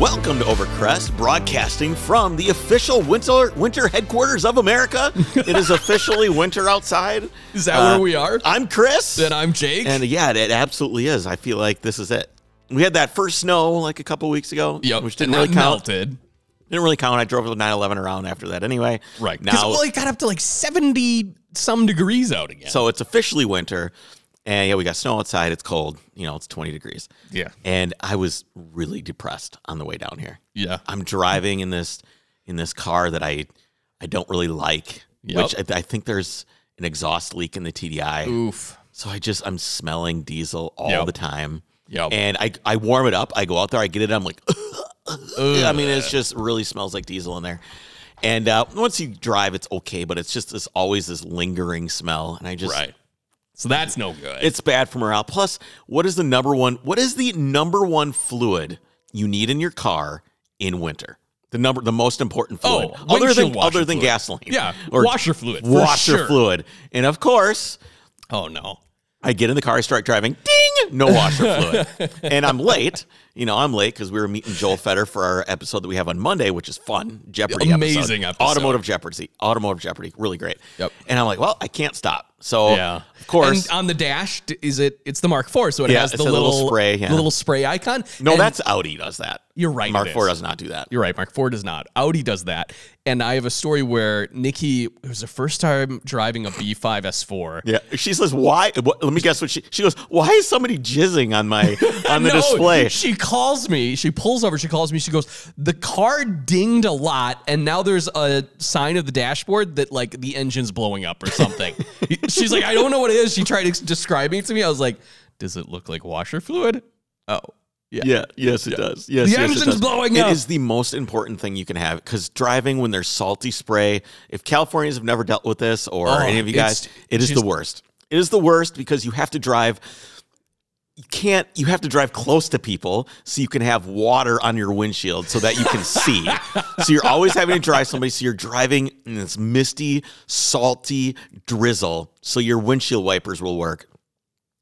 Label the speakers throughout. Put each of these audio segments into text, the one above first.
Speaker 1: Welcome to Overcrest, broadcasting from the official winter winter headquarters of America. It is officially winter outside. Uh,
Speaker 2: Is that where we are?
Speaker 1: I'm Chris.
Speaker 2: Then I'm Jake.
Speaker 1: and yeah, it, it absolutely is. I feel like this is it. We had that first snow like a couple weeks ago,
Speaker 2: yep.
Speaker 1: which didn't
Speaker 2: and
Speaker 1: really
Speaker 2: that
Speaker 1: count.
Speaker 2: melted.
Speaker 1: Didn't really count. I drove the 911 around after that anyway.
Speaker 2: Right. Because
Speaker 1: now,
Speaker 2: well, it got up to like 70 some degrees out again.
Speaker 1: so it's officially winter, and yeah, we got snow outside. It's cold. You know, it's 20 degrees.
Speaker 2: yeah.
Speaker 1: and I was really depressed on the way down here.
Speaker 2: Yeah.
Speaker 1: I'm driving in this in this car that I I don't really like,
Speaker 2: Yep.
Speaker 1: which I, I think there's an exhaust leak in the TDI.
Speaker 2: Oof.
Speaker 1: So I just I'm smelling diesel all
Speaker 2: Yep.
Speaker 1: the time.
Speaker 2: Yep.
Speaker 1: And I I warm it up. I go out there. I get it. I'm like,
Speaker 2: Ugh.
Speaker 1: I mean, it's just really smells like diesel in there. And uh, once you drive, it's okay, but it's just this always this lingering smell, and I just
Speaker 2: right. So that's no good.
Speaker 1: it's bad for morale. Plus, what is the number one? What is the number one fluid you need in your car in winter? The number, the most important
Speaker 2: Oh,
Speaker 1: fluid, other
Speaker 2: windshield
Speaker 1: than
Speaker 2: washer
Speaker 1: other than
Speaker 2: fluid.
Speaker 1: gasoline,
Speaker 2: Yeah,
Speaker 1: or
Speaker 2: washer fluid, for
Speaker 1: washer
Speaker 2: sure.
Speaker 1: fluid. And of course,
Speaker 2: oh, no.
Speaker 1: I get in the car, I start driving. Ding! No washer fluid, and I'm late. You know, I'm late because we were meeting Joel Fetter for our episode that we have on Monday, which is fun. Jeopardy,
Speaker 2: Amazing episode.
Speaker 1: Automotive Jeopardy, Automotive Jeopardy, really great.
Speaker 2: Yep.
Speaker 1: And I'm like, well, I can't stop. So,
Speaker 2: yeah.
Speaker 1: of course,
Speaker 2: And on the dash, d- is it? It's the Mark IV, so it
Speaker 1: Yeah,
Speaker 2: has the
Speaker 1: it's a little spray,
Speaker 2: the
Speaker 1: yeah.
Speaker 2: little spray icon.
Speaker 1: No,
Speaker 2: And-
Speaker 1: that's Audi does that.
Speaker 2: You're right,
Speaker 1: Mark
Speaker 2: it
Speaker 1: IV
Speaker 2: is.
Speaker 1: does not do that.
Speaker 2: You're right. Mark Ford does not. Audi does that. And I have a story where Nikki it was the first time driving a B5 S4.
Speaker 1: yeah, she says why? What, let me guess what she she goes. Why is somebody jizzing on my on the
Speaker 2: No,
Speaker 1: display?
Speaker 2: She calls me. She pulls over. She calls me. She goes, "The car dinged a lot, and now there's a sign of the dashboard that like the engine's blowing up or something." She's like, "I don't know what it is." She tried ex- describing it to me. I was like, "Does it look like washer fluid?" Oh, yeah.
Speaker 1: Yeah, yes, it does. Yes, yes,
Speaker 2: The
Speaker 1: it
Speaker 2: engine's
Speaker 1: does.
Speaker 2: blowing up.
Speaker 1: It is the most important thing you can have because driving when there's salty spray. If Californians have never dealt with this or
Speaker 2: Oh,
Speaker 1: any of you guys,
Speaker 2: it's-
Speaker 1: it is the
Speaker 2: just-
Speaker 1: worst. It is the worst because you have to drive. You can't. You have to drive close to people so you can have water on your windshield so that you can see. so you're always having to drive somebody. So you're driving in this misty, salty drizzle. So your windshield wipers will work.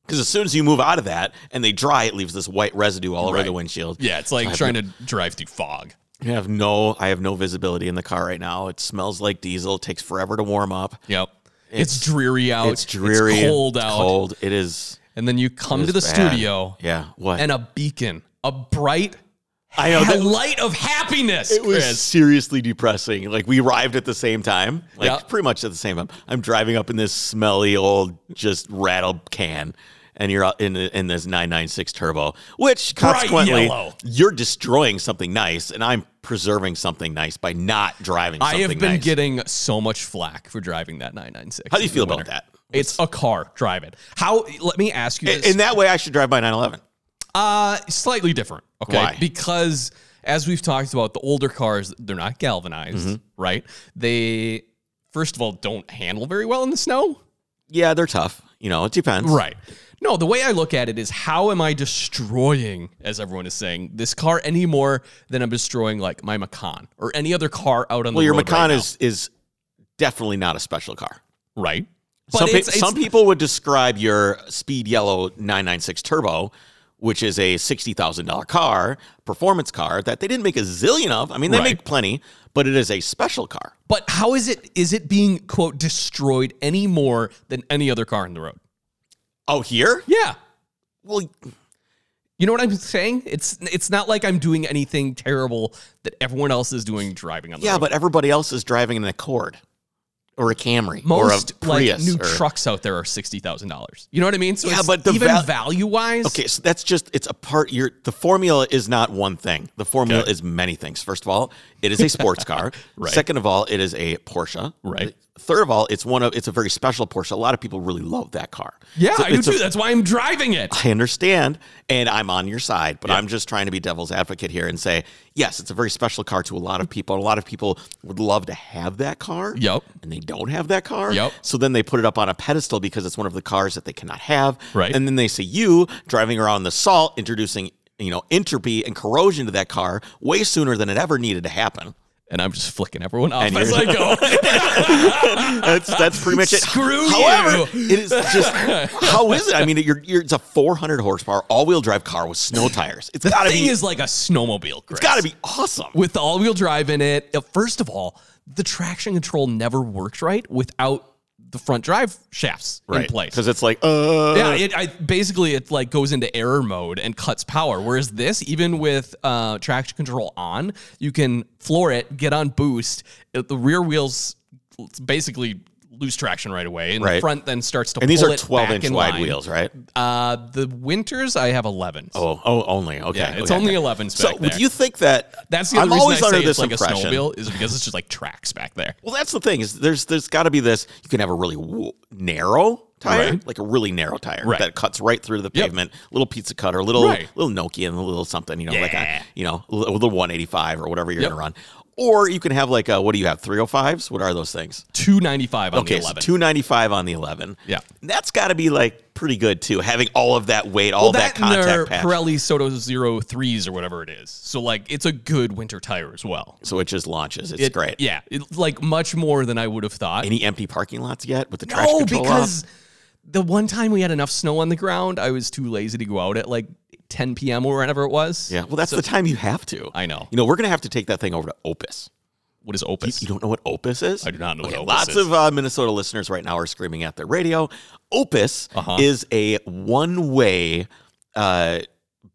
Speaker 1: Because as soon as you move out of that and they dry, it leaves this white residue all over
Speaker 2: Right.
Speaker 1: the windshield.
Speaker 2: Yeah, it's like trying to drive through fog.
Speaker 1: I have no, I have no visibility in the car right now. It smells like diesel. It takes forever to warm up.
Speaker 2: Yep. It's, dreary out.
Speaker 1: It's dreary.
Speaker 2: It's cold
Speaker 1: It's
Speaker 2: out.
Speaker 1: Cold. It is.
Speaker 2: And then you come to the
Speaker 1: it's bad.
Speaker 2: studio
Speaker 1: Yeah. What?
Speaker 2: and a beacon, a bright
Speaker 1: I know that
Speaker 2: light of happiness,
Speaker 1: it was
Speaker 2: Chris.
Speaker 1: seriously depressing. Like we arrived at the same time, like
Speaker 2: Yeah.
Speaker 1: pretty much at the same time. I'm driving up in this smelly old just rattle can, and you're out in in this 996 turbo, which consequently
Speaker 2: yellow.
Speaker 1: you're destroying something nice, and I'm preserving something nice by not driving.
Speaker 2: I
Speaker 1: Something
Speaker 2: have been
Speaker 1: nice.
Speaker 2: getting so much flack for driving that 996.
Speaker 1: How do you
Speaker 2: in
Speaker 1: feel
Speaker 2: the
Speaker 1: about
Speaker 2: winter.
Speaker 1: that?
Speaker 2: It's a car driving. How? Let me ask you this.
Speaker 1: In that way, I should drive my 911.
Speaker 2: uh, slightly different. Okay,
Speaker 1: Why?
Speaker 2: because as we've talked about, the older cars they're not galvanized,
Speaker 1: Mm-hmm.
Speaker 2: right? They first of all don't handle very well in the snow.
Speaker 1: Yeah, they're tough. You know, it depends.
Speaker 2: Right. No, the way I look at it is how am I destroying, as everyone is saying, this car any more than I'm destroying like my Macan or any other car out on
Speaker 1: Well,
Speaker 2: the
Speaker 1: your
Speaker 2: road.
Speaker 1: Macan
Speaker 2: right
Speaker 1: is is definitely not a special car.
Speaker 2: now. right. But
Speaker 1: Some, pe-
Speaker 2: it's- it's-
Speaker 1: some people would describe your speed yellow 996 turbo which is a $60,000 car, performance car that they didn't make a zillion of. I mean, they
Speaker 2: Right.
Speaker 1: make plenty, but it is a special car.
Speaker 2: But how is it is it being quote destroyed any more than any other car on the road?
Speaker 1: Oh, here?
Speaker 2: Yeah.
Speaker 1: Well,
Speaker 2: You know what I'm saying? It's it's not like I'm doing anything terrible that everyone else is doing driving on the
Speaker 1: yeah,
Speaker 2: road.
Speaker 1: but everybody else is driving an Accord or a Camry
Speaker 2: most
Speaker 1: or a Prius
Speaker 2: like new
Speaker 1: or-
Speaker 2: trucks out there are sixty thousand dollars. You know what I mean? So
Speaker 1: Yeah,
Speaker 2: it's
Speaker 1: but the
Speaker 2: even
Speaker 1: val-
Speaker 2: value wise,
Speaker 1: Okay, so that's just it's a part. Your the formula is not one thing. The formula is many things. First of all, it is a sports car.
Speaker 2: Right.
Speaker 1: Second of all, it is a Porsche.
Speaker 2: Right.
Speaker 1: Third of all, it's one of it's a very special Porsche. A lot of people really love that car.
Speaker 2: yeah,
Speaker 1: So
Speaker 2: I do
Speaker 1: it's a-
Speaker 2: too. That's why I'm driving it.
Speaker 1: I understand, and I'm on your side, but I'm just trying to be devil's advocate here and say, yes, it's a very special car to a lot of people. A lot of people would love to have that car.
Speaker 2: Yep.
Speaker 1: And they don't have that car.
Speaker 2: Yep.
Speaker 1: So then they put it up on a pedestal because it's one of the cars that they cannot have.
Speaker 2: Right.
Speaker 1: And then they say you driving around in the salt, introducing you know entropy and corrosion to that car way sooner than it ever needed to happen.
Speaker 2: And I'm just flicking everyone off
Speaker 1: And
Speaker 2: as I
Speaker 1: you're-
Speaker 2: go.
Speaker 1: That's that's pretty much it.
Speaker 2: Screw
Speaker 1: However,
Speaker 2: you.
Speaker 1: it is just how is it? I mean, you're, you're, it's a 400 horsepower all-wheel drive car with snow tires. It's got to
Speaker 2: thing
Speaker 1: be
Speaker 2: is like a snowmobile, Chris.
Speaker 1: it's got to be awesome.
Speaker 2: with the all-wheel drive in it. uh, First of all, the traction control never works right without the front drive shafts in place.
Speaker 1: because it's like uh
Speaker 2: yeah, it I, basically it like goes into error mode and cuts power. Whereas this, even with uh, traction control on, you can floor it, get on boost. It- the rear wheels basically lose traction right away, and the
Speaker 1: Right.
Speaker 2: front then starts to.
Speaker 1: and these
Speaker 2: pull
Speaker 1: are
Speaker 2: it
Speaker 1: 12
Speaker 2: back
Speaker 1: inch
Speaker 2: in
Speaker 1: wide
Speaker 2: line.
Speaker 1: wheels, right?
Speaker 2: Uh, the winters I have 11.
Speaker 1: Oh, oh, only okay.
Speaker 2: yeah, it's
Speaker 1: okay,
Speaker 2: only
Speaker 1: okay.
Speaker 2: 11s
Speaker 1: So,
Speaker 2: back there.
Speaker 1: do you think that
Speaker 2: That's the other
Speaker 1: I'm
Speaker 2: reason
Speaker 1: always
Speaker 2: I
Speaker 1: under
Speaker 2: say it's
Speaker 1: this
Speaker 2: like a
Speaker 1: impression?
Speaker 2: snowmobile is because it's just like tracks back there.
Speaker 1: Well, that's the thing is there's there's got to be this. You can have a really w- narrow tire,
Speaker 2: Right.
Speaker 1: like a really narrow tire
Speaker 2: Right.
Speaker 1: that cuts right through the pavement. Little pizza cutter, little
Speaker 2: Right.
Speaker 1: little Nokia, and a little something. You know, like
Speaker 2: Yeah.
Speaker 1: a you know a little 185 or whatever you're
Speaker 2: Yep.
Speaker 1: gonna run. Or you can have like a what do you have 305s? What are those things?
Speaker 2: 295 on
Speaker 1: Okay,
Speaker 2: the
Speaker 1: so
Speaker 2: 11.
Speaker 1: 295 on the 11.
Speaker 2: Yeah.
Speaker 1: that's got to be like pretty good too. Having all of that weight, all that,
Speaker 2: and their
Speaker 1: contact patch.
Speaker 2: Pirelli Soto Zero Threes or whatever it is. So like it's a good winter tire as well.
Speaker 1: so it just launches. It's
Speaker 2: It-
Speaker 1: great.
Speaker 2: Yeah, it, like much more than I would have thought.
Speaker 1: Any empty parking lots yet with the trash
Speaker 2: No,
Speaker 1: control off?
Speaker 2: because the one time we had enough snow on the ground, I was too lazy to go out at like 10 p.m. or whatever it was.
Speaker 1: Yeah, well, that's the time you have to.
Speaker 2: I know.
Speaker 1: You know, we're gonna have to take that thing over to Opus.
Speaker 2: What is
Speaker 1: You
Speaker 2: Opus?
Speaker 1: don't know what Opus is?
Speaker 2: I do not know what
Speaker 1: Okay,
Speaker 2: Opus
Speaker 1: lots
Speaker 2: is.
Speaker 1: of uh, Minnesota listeners right now are screaming at their radio. Opus
Speaker 2: Uh-huh.
Speaker 1: is a one-way uh,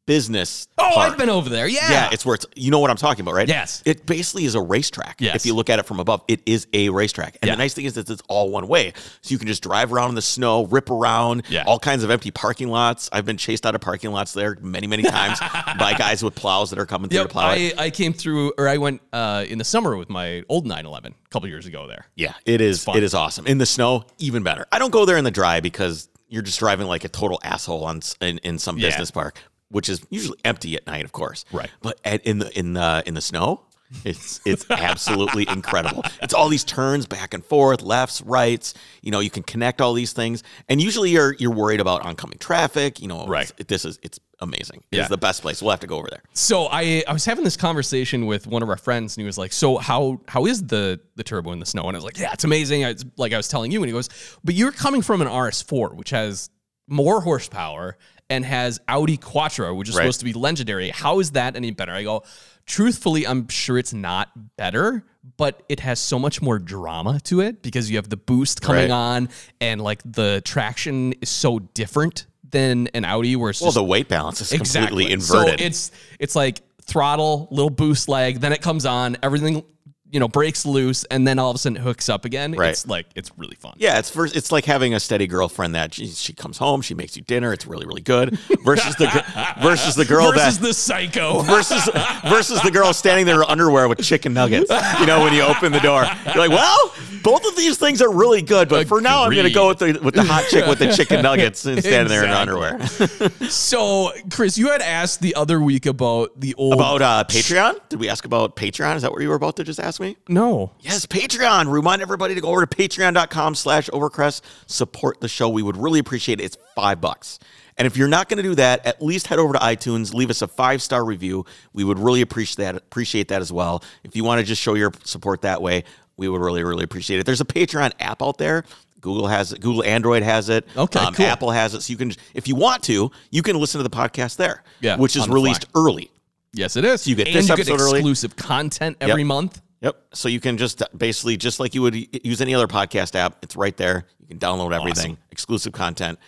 Speaker 1: business.
Speaker 2: Oh,
Speaker 1: park.
Speaker 2: I've been over there. Yeah.
Speaker 1: Yeah, it's where it's. You know what I'm talking about, right?
Speaker 2: Yes.
Speaker 1: It basically is a racetrack.
Speaker 2: Yes.
Speaker 1: If you look at it from above, it is a racetrack. And
Speaker 2: Yeah.
Speaker 1: the nice thing is that it's all one way, so you can just drive around in the snow, rip around.
Speaker 2: Yeah.
Speaker 1: All kinds of empty parking lots. I've been chased out of parking lots there many, many times by guys with plows that are coming through to
Speaker 2: Yep,
Speaker 1: plow. it.
Speaker 2: I, I came through, or I went uh, in the summer with my old 911 a couple years ago there.
Speaker 1: Yeah, it is. It is awesome. In the snow, even better. I don't go there in the dry because you're just driving like a total asshole on s- in, in some
Speaker 2: Yeah.
Speaker 1: business park, which is usually empty at night, of course.
Speaker 2: Right.
Speaker 1: But at, in the in the in the snow, it's it's absolutely incredible. It's all these turns back and forth, lefts, rights. You know, you can connect all these things, and usually you're you're worried about oncoming traffic. You know,
Speaker 2: Right.
Speaker 1: it's- This is it's amazing.
Speaker 2: Yeah.
Speaker 1: It's the best place. We'll have to go over there.
Speaker 2: So I, I was having this conversation with one of our friends, and he was like, "So how how is the the turbo in the snow?" And I was like, "Yeah, it's amazing." I, it's like I was telling you, and he goes, "But you're coming from an RS4, which has more horsepower and has Audi Quattro, which is
Speaker 1: Right.
Speaker 2: supposed to be legendary. How is that any better?" I go, "Truthfully, I'm sure it's not better." But it has so much more drama to it because you have the boost coming
Speaker 1: Right.
Speaker 2: on, and like the traction is so different than an Audi, where it's
Speaker 1: Well,
Speaker 2: just
Speaker 1: the weight balance is completely
Speaker 2: so
Speaker 1: inverted.
Speaker 2: it's it's like throttle, little boost leg, then it comes on, everything you know breaks loose, and then all of a sudden it hooks up again.
Speaker 1: Right.
Speaker 2: It's like it's really fun.
Speaker 1: Yeah, it's first. It's like having a steady girlfriend that she, she comes home, she makes you dinner. It's really really good. Versus the gir- versus the girl
Speaker 2: Versus
Speaker 1: that
Speaker 2: the psycho.
Speaker 1: versus versus the girl standing there in her underwear with chicken nuggets. You know, when you open the door, you're like, well, both of these things are really good, but for now, I'm gonna go with the with the hot chick with the chicken nuggets and standing there in her
Speaker 2: Exactly.
Speaker 1: underwear.
Speaker 2: so, Chris, you had asked the other week about the old
Speaker 1: About uh, Patreon? Did we ask about Patreon? Is that what you were about to just ask me?
Speaker 2: no.
Speaker 1: Yes, Patreon. Remind everybody to go over to patreon.com slash overcrest. Support the show. We would really appreciate it. It's five bucks. And if you're not going to do that, at least head over to iTunes, leave us a five star review. We would really appreciate that, appreciate that as well. If you want to just show your support that way, we would really, really appreciate it. There's a Patreon app out there. Google has it. Google Android has it. Um,
Speaker 2: Okay, cool.
Speaker 1: Apple has it. So you can, if you want to, you can listen to the podcast there,
Speaker 2: Yeah,
Speaker 1: which is
Speaker 2: on the fly.
Speaker 1: released early.
Speaker 2: Yes, it is.
Speaker 1: you get
Speaker 2: and
Speaker 1: this
Speaker 2: you
Speaker 1: episode
Speaker 2: get
Speaker 1: early.
Speaker 2: exclusive content every month.
Speaker 1: Yep. So you can just basically, just like you would use any other podcast app, it's right there. You can download everything, exclusive content.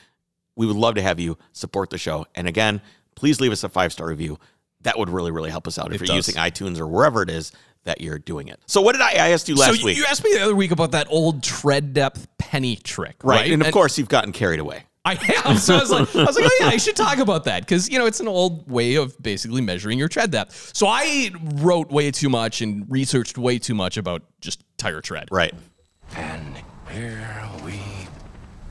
Speaker 1: We would love to have you support the show. And again, please leave us a five star review. That would really, really help us out if
Speaker 2: It
Speaker 1: you're
Speaker 2: does.
Speaker 1: using iTunes or wherever it is that you're doing it. So, what did I ask you last
Speaker 2: so you,
Speaker 1: week?
Speaker 2: you asked me the other week about that old tread depth penny trick,
Speaker 1: right.
Speaker 2: right?
Speaker 1: And of course, you've gotten carried away.
Speaker 2: I have. So I was like, I was like, oh yeah, I should talk about that because you know it's an old way of basically measuring your tread depth. So I wrote way too much and researched way too much about just tire tread.
Speaker 1: Right.
Speaker 3: And here we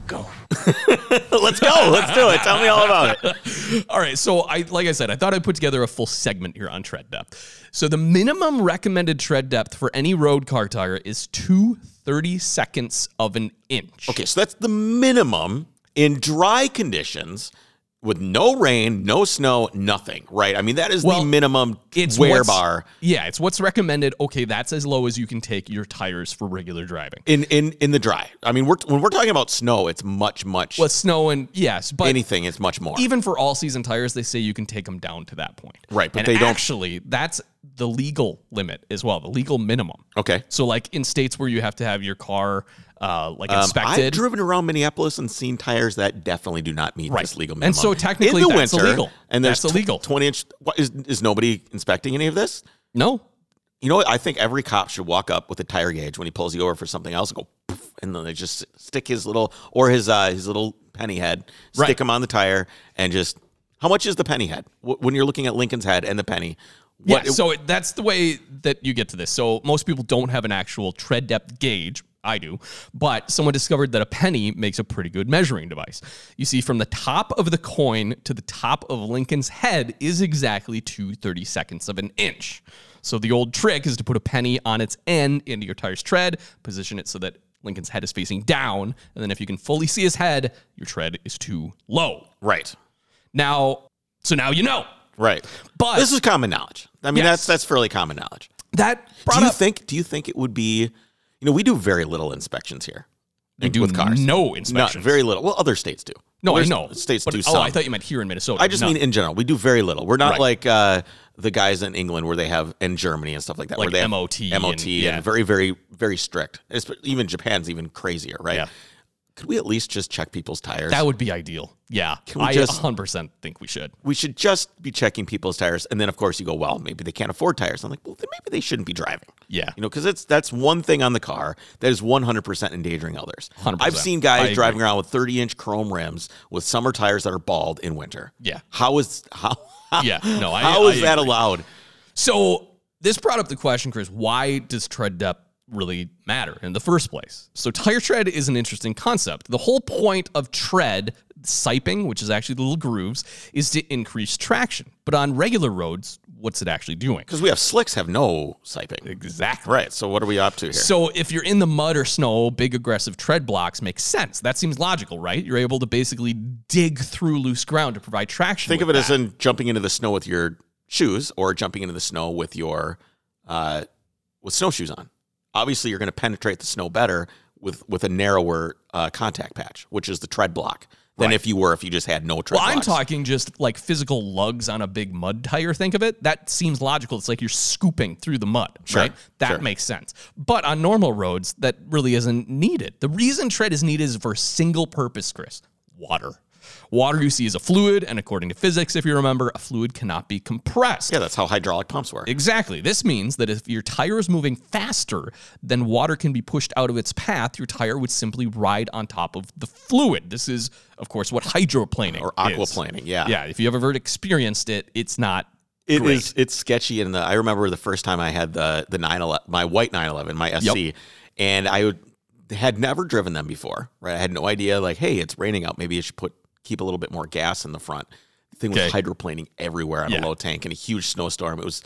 Speaker 3: go.
Speaker 1: Let's go. Let's do it. Tell me all about it.
Speaker 2: All right. So I, like I said, I thought I'd put together a full segment here on tread depth. So the minimum recommended tread depth for any road car tire is two thirty seconds of an inch.
Speaker 1: Okay. So, that's the minimum in dry conditions. with no rain, no snow, nothing, right? I mean, that is
Speaker 2: Well,
Speaker 1: the minimum
Speaker 2: It's
Speaker 1: wear
Speaker 2: what's-
Speaker 1: bar.
Speaker 2: Yeah, it's what's recommended. Okay, that's as low as you can take your tires for regular driving.
Speaker 1: In, in in the dry. I mean, we're when we're talking about snow, it's much much
Speaker 2: Well, snow and yes, but
Speaker 1: anything. It's much more.
Speaker 2: even for all season tires, they say you can take them down to that point.
Speaker 1: Right, but
Speaker 2: And
Speaker 1: they don't-
Speaker 2: actually that's the legal limit as well, the legal minimum.
Speaker 1: okay.
Speaker 2: So like in states where you have to have your car uh, like
Speaker 1: Um, I've
Speaker 2: inspected.
Speaker 1: driven around Minneapolis and seen tires that definitely do not meet
Speaker 2: Right.
Speaker 1: this legal minimum.
Speaker 2: And so technically
Speaker 1: in the
Speaker 2: that's
Speaker 1: winter,
Speaker 2: illegal.
Speaker 1: And there's
Speaker 2: That's
Speaker 1: tw-
Speaker 2: illegal.
Speaker 1: Twenty inch. What, is is nobody inspecting any of this?
Speaker 2: no.
Speaker 1: You know what? I think every cop should walk up with a tire gauge when he pulls you over for something else and go, poof, and then they just stick his little or his uh, his little penny head, stick
Speaker 2: Right.
Speaker 1: him on the tire, and just how much is the penny head Wh- when you're looking at Lincoln's head and the penny?
Speaker 2: Yeah,
Speaker 1: What,
Speaker 2: so it, that's the way that you get to this. So most people don't have an actual tread depth gauge. I do, but someone discovered that a penny makes a pretty good measuring device. You see, from the top of the coin to the top of Lincoln's head is exactly two thirty seconds of an inch. So the old trick is to put a penny on its end into your tire's tread, position it so that Lincoln's head is facing down, and then if you can fully see his head, your tread is too low.
Speaker 1: right,
Speaker 2: Now, so now you know.
Speaker 1: right.
Speaker 2: But-
Speaker 1: this is common knowledge. I mean,
Speaker 2: Yes.
Speaker 1: that's that's fairly common knowledge.
Speaker 2: That brought
Speaker 1: Do you
Speaker 2: up
Speaker 1: think? Do you think it would be? You know, we do very little inspections here.
Speaker 2: We do
Speaker 1: with cars.
Speaker 2: no
Speaker 1: Not
Speaker 2: inspections.
Speaker 1: very little. Well, other states do.
Speaker 2: No, I
Speaker 1: Other
Speaker 2: know.
Speaker 1: States
Speaker 2: But-
Speaker 1: do
Speaker 2: oh,
Speaker 1: some.
Speaker 2: I thought you meant here in Minnesota.
Speaker 1: I just
Speaker 2: No.
Speaker 1: mean in general, we do very little. We're not
Speaker 2: Right.
Speaker 1: like uh, the guys in England where they have and Germany and stuff like that,
Speaker 2: Like
Speaker 1: where they have
Speaker 2: MOT and-
Speaker 1: MOT, and,
Speaker 2: yeah.
Speaker 1: very, very, very strict. It's, even Japan's even crazier, right?
Speaker 2: Yeah.
Speaker 1: Could we at least just check people's tires?
Speaker 2: that would be ideal. Yeah,
Speaker 1: we
Speaker 2: I
Speaker 1: just-
Speaker 2: 100% think we should.
Speaker 1: we should just be checking people's tires, and then of course you go, well, maybe they can't afford tires. I'm like, well, then maybe they shouldn't be driving.
Speaker 2: Yeah.
Speaker 1: you know, because it's that's one thing on the car that is 100 percent endangering others.
Speaker 2: 100%.
Speaker 1: I've seen
Speaker 2: I
Speaker 1: guys
Speaker 2: agree.
Speaker 1: driving around with 30 inch chrome rims with summer tires that are bald in winter.
Speaker 2: Yeah.
Speaker 1: how is how?
Speaker 2: Yeah, no, I-
Speaker 1: how is
Speaker 2: I
Speaker 1: that allowed?
Speaker 2: So this brought up the question, Chris, why does tread depth really matter in the first place? So tire tread is an interesting concept. The whole point of tread, siping, which is actually the little grooves, is to increase traction. But on regular roads, what's it actually doing?
Speaker 1: Because we have slicks have no siping.
Speaker 2: Exactly.
Speaker 1: Right. So what are we up to here?
Speaker 2: So if you're in the mud or snow, big aggressive tread blocks make sense. That seems logical, right? You're able to basically dig through loose ground to provide traction.
Speaker 1: Think of it as in jumping into the snow with your shoes or jumping into the snow with your uh, with snowshoes on. Obviously, you're going to penetrate the snow better with with a narrower uh, contact patch, which is the tread block, than if you were if you just had no tread.
Speaker 2: well, I'm
Speaker 1: blocks.
Speaker 2: talking just like physical lugs on a big mud tire. Think of it. That seems logical. It's like you're scooping through the mud,
Speaker 1: Sure,
Speaker 2: right? That
Speaker 1: sure.
Speaker 2: makes sense. But on normal roads, that really isn't needed. The reason tread is needed is for a single purpose, Chris water. Water you see is a fluid, and according to physics, if you remember, a fluid cannot be compressed.
Speaker 1: Yeah, that's how hydraulic pumps work.
Speaker 2: Exactly. This means that if your tire is moving faster than water can be pushed out of its path, your tire would simply ride on top of the fluid. This is, of course, what hydroplaning
Speaker 1: Or
Speaker 2: is.
Speaker 1: aquaplaning, yeah.
Speaker 2: Yeah. If you ever experienced it, it's not.
Speaker 1: It is.
Speaker 2: Great.
Speaker 1: It's sketchy. And the, I remember the first time I had the the nine eleven, my white nine eleven, my SC, and I would, had never driven them before. Right, I had no idea. Like, hey, it's raining out. Maybe I should put keep a little bit more gas in the front. The thing was
Speaker 2: Okay.
Speaker 1: hydroplaning everywhere on a
Speaker 2: Yeah.
Speaker 1: low tank in a huge snowstorm. It was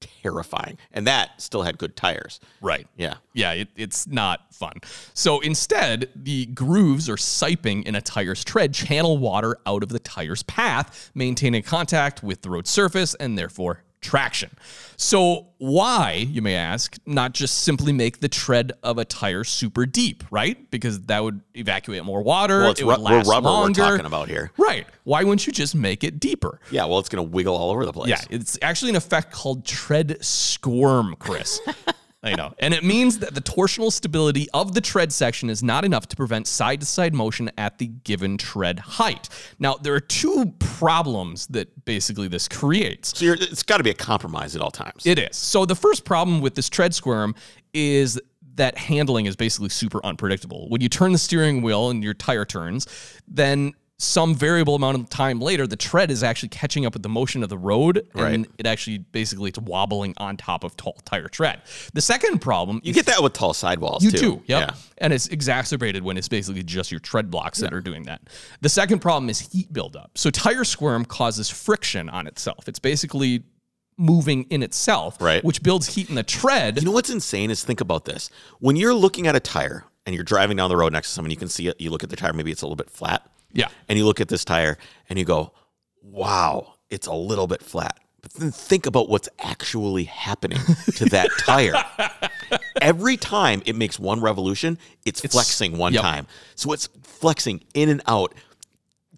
Speaker 1: terrifying, and that still had good tires.
Speaker 2: Right.
Speaker 1: Yeah.
Speaker 2: Yeah, it, it's not fun. So instead, the grooves or siping in a tire's tread channel water out of the tire's path, maintaining contact with the road surface and therefore traction. So, why, you may ask, not just simply make the tread of a tire super deep, right? Because that would evacuate more water.
Speaker 1: Well, it's
Speaker 2: it
Speaker 1: ru-
Speaker 2: would
Speaker 1: we're
Speaker 2: last
Speaker 1: rubber
Speaker 2: longer.
Speaker 1: we're talking about here.
Speaker 2: Right. Why wouldn't you just make it deeper?
Speaker 1: Yeah. Well, it's gonna wiggle all over the place.
Speaker 2: Yeah, it's actually an effect called tread squirm, Chris. I know. And it means that the torsional stability of the tread section is not enough to prevent side to side motion at the given tread height. Now, there are two problems that basically this creates.
Speaker 1: So you're, it's got to be a compromise at all times.
Speaker 2: It is. So the first problem with this tread squirm is that handling is basically super unpredictable. When you turn the steering wheel and your tire turns, then some variable amount of time later, the tread is actually catching up with the motion of the road,
Speaker 1: Right.
Speaker 2: and it actually basically it's wobbling on top of tall tire tread. The second problem
Speaker 1: you get that with tall sidewalls
Speaker 2: you
Speaker 1: too.
Speaker 2: too. Yep.
Speaker 1: Yeah.
Speaker 2: And it's exacerbated when it's basically just your tread blocks that are doing that. The second problem is heat buildup. So tire squirm causes friction on itself. It's basically moving in itself,
Speaker 1: Right.
Speaker 2: which builds heat in the tread.
Speaker 1: You know what's insane is think about this. When you're looking at a tire and you're driving down the road next to someone, you can see it. You look at the tire, maybe it's a little bit flat.
Speaker 2: Yeah.
Speaker 1: And you look at this tire and you go, wow, it's a little bit flat. But then think about what's actually happening to that tire. Every time it makes one revolution, it's, flexing one
Speaker 2: yep.
Speaker 1: time. So it's flexing in and out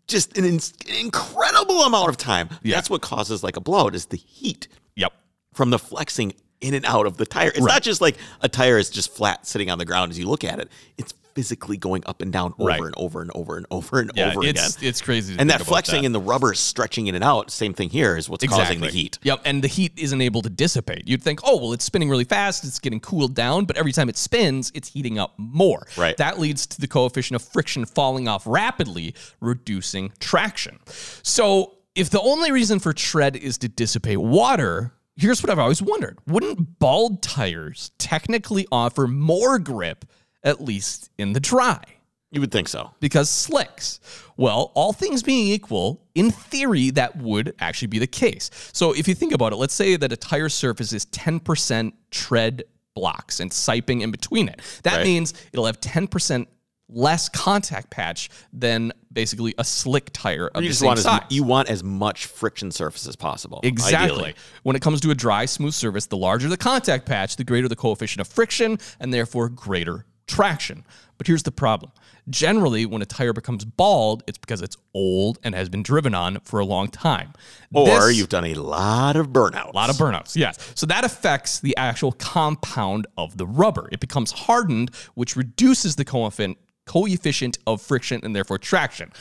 Speaker 1: just an, ins incredible amount of time.
Speaker 2: Yeah.
Speaker 1: That's what causes like a blowout is the heat
Speaker 2: Yep.
Speaker 1: from the flexing in and out of the tire. It's not just like a tire is just flat sitting on the ground as you look at it. It's physically going up and down over
Speaker 2: Right.
Speaker 1: and over and over and over and
Speaker 2: Yeah,
Speaker 1: over
Speaker 2: it's
Speaker 1: again.
Speaker 2: it's crazy. To
Speaker 1: and
Speaker 2: think
Speaker 1: that
Speaker 2: about
Speaker 1: flexing and the rubber stretching in and out, same thing here is what's causing the heat.
Speaker 2: Yep, and the heat isn't able to dissipate. You'd think, oh, well, it's spinning really fast, it's getting cooled down, but every time it spins, it's heating up more.
Speaker 1: Right.
Speaker 2: That leads to the coefficient of friction falling off rapidly, reducing traction. So, if the only reason for tread is to dissipate water, here's what I've always wondered wouldn't bald tires technically offer more grip, at least in the dry?
Speaker 1: You would think so.
Speaker 2: because slicks. Well, all things being equal, in theory, that would actually be the case. So if you think about it, let's say that a tire surface is 10% tread blocks and siping in between it. That
Speaker 1: Right.
Speaker 2: means it'll have 10% less contact patch than basically a slick tire of
Speaker 1: You
Speaker 2: the
Speaker 1: just
Speaker 2: same
Speaker 1: want as,
Speaker 2: size.
Speaker 1: mu- you want as much friction surface as possible.
Speaker 2: Exactly.
Speaker 1: ideally.
Speaker 2: When it comes to a dry, smooth surface, the larger the contact patch, the greater the coefficient of friction and therefore greater traction. But here's the problem. Generally, when a tire becomes bald, it's because it's old and has been driven on for a long time.
Speaker 1: Or
Speaker 2: This-
Speaker 1: you've done a lot of burnout.
Speaker 2: a lot of burnouts, yes. So that affects the actual compound of the rubber. It becomes hardened, which reduces the coefficient coefficient of friction and therefore traction.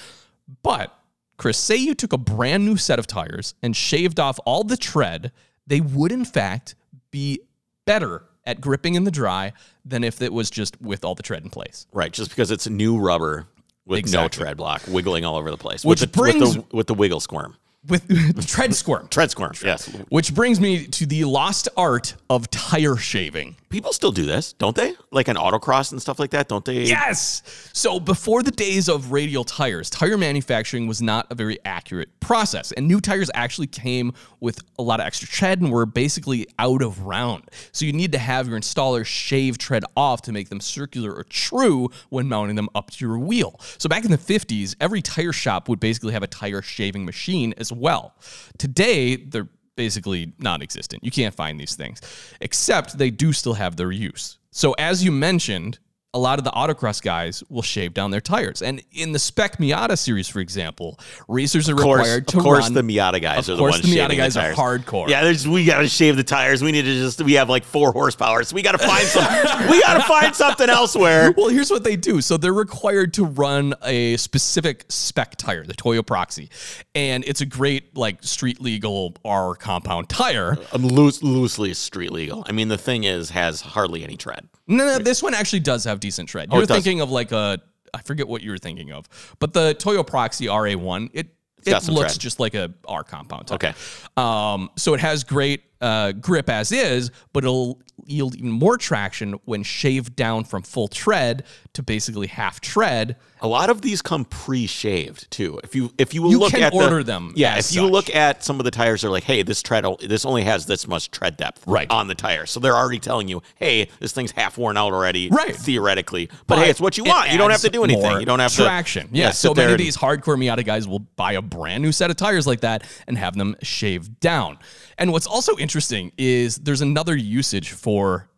Speaker 2: But Chris, say you took a brand new set of tires and shaved off all the tread, they would in fact be better at gripping in the dry than if it was just with all the tread in place.
Speaker 1: Right, just because it's new rubber with no
Speaker 2: Exactly.
Speaker 1: tread block wiggling all over the place.
Speaker 2: Which
Speaker 1: with the,
Speaker 2: brings-
Speaker 1: with the, with the wiggle squirm.
Speaker 2: With tread squirm.
Speaker 1: Tread squirm, yes.
Speaker 2: Which brings me to the lost art of tire shaving.
Speaker 1: People still do this, don't they? Like an autocross and stuff like that, don't they?
Speaker 2: Yes. So before the days of radial tires, tire manufacturing was not a very accurate process, and new tires actually came with a lot of extra tread and were basically out of round. So you need to have your installer shave tread off to make them circular or true when mounting them up to your wheel. So back in the 50s, every tire shop would basically have a tire shaving machine as well. Today, they're basically non-existent. You can't find these things, except they do still have their use. So as you mentioned, a lot of the autocross guys will shave down their tires. And in the spec Miata series, for example, racers are
Speaker 1: Of course,
Speaker 2: required
Speaker 1: of
Speaker 2: to
Speaker 1: course
Speaker 2: run.
Speaker 1: the Miata guys
Speaker 2: Of
Speaker 1: are the
Speaker 2: course
Speaker 1: ones
Speaker 2: the Miata
Speaker 1: shaving
Speaker 2: guys
Speaker 1: the
Speaker 2: are
Speaker 1: tires.
Speaker 2: hardcore.
Speaker 1: Yeah, there's, we gotta shave the tires. We need to just we have like four horsepower, so we gotta find some we gotta find something elsewhere.
Speaker 2: well, here's what they do. So they're required to run a specific spec tire, the Toyo Proxy, and it's a great like street legal R compound tire.
Speaker 1: I'm loose, loosely street legal. I mean, the thing is, has hardly any tread.
Speaker 2: No, no, this one actually does have decent tread. You
Speaker 1: Oh, it
Speaker 2: were
Speaker 1: does.
Speaker 2: thinking of like a, I forget what you were thinking of, but the Toyo Proxy RA1, it
Speaker 1: got
Speaker 2: it
Speaker 1: some
Speaker 2: looks
Speaker 1: tread.
Speaker 2: just like a R compound. Type.
Speaker 1: Okay.
Speaker 2: Um, so it has great uh, grip as is, but it'll yield even more traction when shaved down from full tread to basically half tread.
Speaker 1: A lot of these come pre-shaved too. If you if you,
Speaker 2: You
Speaker 1: look
Speaker 2: can
Speaker 1: at the-
Speaker 2: order them
Speaker 1: yeah. If
Speaker 2: as
Speaker 1: you
Speaker 2: such.
Speaker 1: look at some of the tires, they're like, hey, this tread o- this only has this much tread depth
Speaker 2: Right.
Speaker 1: on the tire, so they're already telling you, hey, this thing's half worn out already,
Speaker 2: Right.
Speaker 1: Theoretically, but, hey, it's what you
Speaker 2: it
Speaker 1: want. You don't have
Speaker 2: adds
Speaker 1: to do anything.
Speaker 2: more
Speaker 1: You don't have
Speaker 2: traction.
Speaker 1: to
Speaker 2: Yeah. so
Speaker 1: sit there
Speaker 2: many of
Speaker 1: and-
Speaker 2: these hardcore Miata guys will buy a brand new set of tires like that and have them shaved down. And what's also interesting is there's another usage for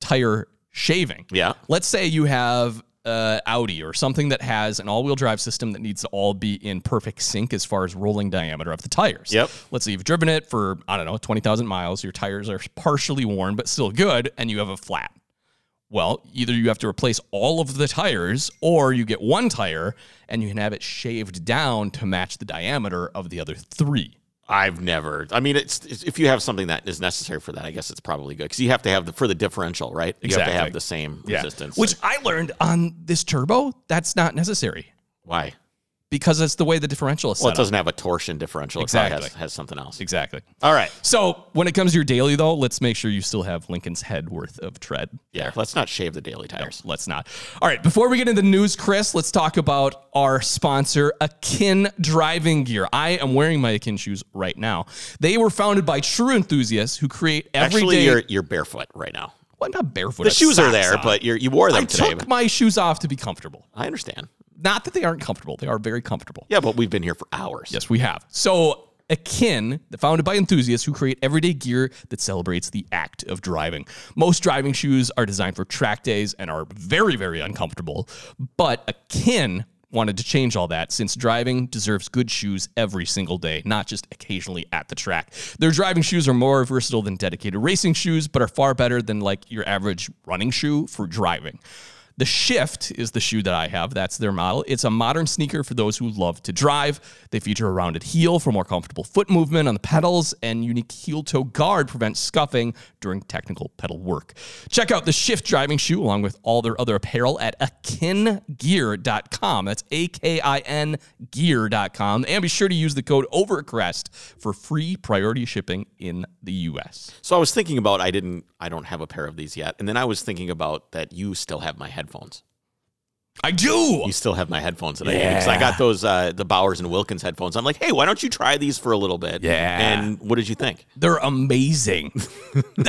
Speaker 2: tire shaving.
Speaker 1: Yeah.
Speaker 2: Let's say you have uh, Audi or something that has an all-wheel drive system that needs to all be in perfect sync as far as rolling diameter of the tires.
Speaker 1: Yep.
Speaker 2: Let's say you've driven it for I don't know twenty thousand miles. Your tires are partially worn but still good, and you have a flat. Well, either you have to replace all of the tires, or you get one tire and you can have it shaved down to match the diameter of the other three.
Speaker 1: I've never. I mean, it's, it's if you have something that is necessary for that, I guess it's probably good because you have to have the for the differential, right? You have to
Speaker 2: Exactly.
Speaker 1: have the same resistance.
Speaker 2: Which
Speaker 1: Like,
Speaker 2: I learned on this turbo, that's not necessary
Speaker 1: why?
Speaker 2: because that's the way the differential is set
Speaker 1: Well, it
Speaker 2: up.
Speaker 1: doesn't have a torsion differential. It probably
Speaker 2: Exactly.
Speaker 1: has, has something else.
Speaker 2: Exactly.
Speaker 1: All right.
Speaker 2: So when it comes to your daily, though, let's make sure you still have Lincoln's head worth of tread.
Speaker 1: Yeah. Let's not shave the daily tires.
Speaker 2: Let's not. All right. Before we get into the news, Chris, let's talk about our sponsor, Akin Driving Gear. I am wearing my Akin shoes right now. They were founded by true enthusiasts who create everyday.
Speaker 1: Actually, you're you're barefoot right now.
Speaker 2: well, I'm not barefoot.
Speaker 1: The shoes are there, but you you wore them
Speaker 2: I
Speaker 1: today.
Speaker 2: took
Speaker 1: but
Speaker 2: my shoes off to be comfortable.
Speaker 1: I understand.
Speaker 2: Not that they aren't comfortable, they are very comfortable.
Speaker 1: Yeah, but we've been here for hours.
Speaker 2: Yes, we have. So, Akin, founded by enthusiasts who create everyday gear that celebrates the act of driving. Most driving shoes are designed for track days and are very, very uncomfortable. But Akin wanted to change all that since driving deserves good shoes every single day, not just occasionally at the track. Their driving shoes are more versatile than dedicated racing shoes, but are far better than like your average running shoe for driving. The Shift is the shoe that I have. That's their model. It's a modern sneaker for those who love to drive. They feature a rounded heel for more comfortable foot movement on the pedals and unique heel toe guard prevents scuffing during technical pedal work. Check out the Shift driving shoe along with all their other apparel at akingear.com. That's A K I N gear.com. And be sure to use the code OVERCREST for free priority shipping in the US.
Speaker 1: So I was thinking about I didn't I don't have a pair of these yet, and then I was thinking about that you still have my headphones.
Speaker 2: I do.
Speaker 1: You still have my headphones that I yeah. I got those uh, the Bowers and Wilkins headphones. I'm like, hey, why don't you try these for a little bit?
Speaker 2: Yeah.
Speaker 1: And what did you think?
Speaker 2: They're amazing.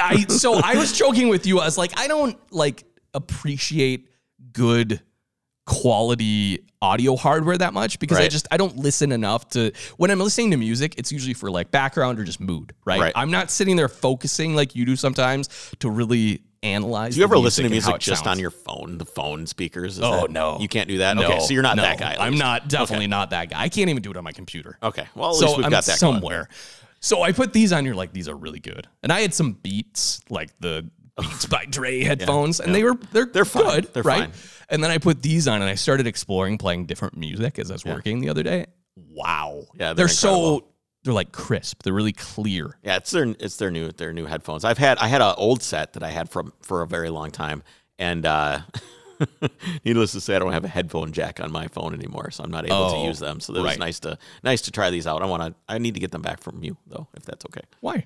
Speaker 2: I so I was joking with you. I was like, I don't like appreciate good quality audio hardware that much because I
Speaker 1: Right.
Speaker 2: just I don't listen enough to when I'm listening to music, it's usually for like background or just mood, right?
Speaker 1: Right.
Speaker 2: I'm not sitting there focusing like you do sometimes to really analyze.
Speaker 1: Do you
Speaker 2: the
Speaker 1: ever listen to
Speaker 2: and how
Speaker 1: music
Speaker 2: it
Speaker 1: just
Speaker 2: sounds.
Speaker 1: on your phone, the phone speakers? Is
Speaker 2: Oh
Speaker 1: that-
Speaker 2: no.
Speaker 1: you can't do that.
Speaker 2: No,
Speaker 1: okay, so you're not
Speaker 2: no.
Speaker 1: that guy. at
Speaker 2: I'm
Speaker 1: least.
Speaker 2: not definitely not that guy. I can't even do it on my computer.
Speaker 1: Okay, well at
Speaker 2: so
Speaker 1: least we've
Speaker 2: I'm
Speaker 1: got that going.
Speaker 2: somewhere. So I put these on. You're like, these are really good. And I had some Beats, like the Beats by Dre headphones, and they were they're
Speaker 1: They're fine.
Speaker 2: good,
Speaker 1: They're
Speaker 2: right?
Speaker 1: fine.
Speaker 2: And then I put these on, and I started exploring playing different music as I was working the other day. Wow,
Speaker 1: Yeah,
Speaker 2: they're,
Speaker 1: they're
Speaker 2: so
Speaker 1: incredible.
Speaker 2: they're like crisp. They're really clear.
Speaker 1: Yeah, it's their it's their new their new headphones. I've had I had an old set that I had from for a very long time, and uh, needless to say, I don't have a headphone jack on my phone anymore, so I'm not able
Speaker 2: Oh,
Speaker 1: to use them. So it was
Speaker 2: right.
Speaker 1: nice to nice to try these out. I want to I need to get them back from you though, if that's okay.
Speaker 2: Why?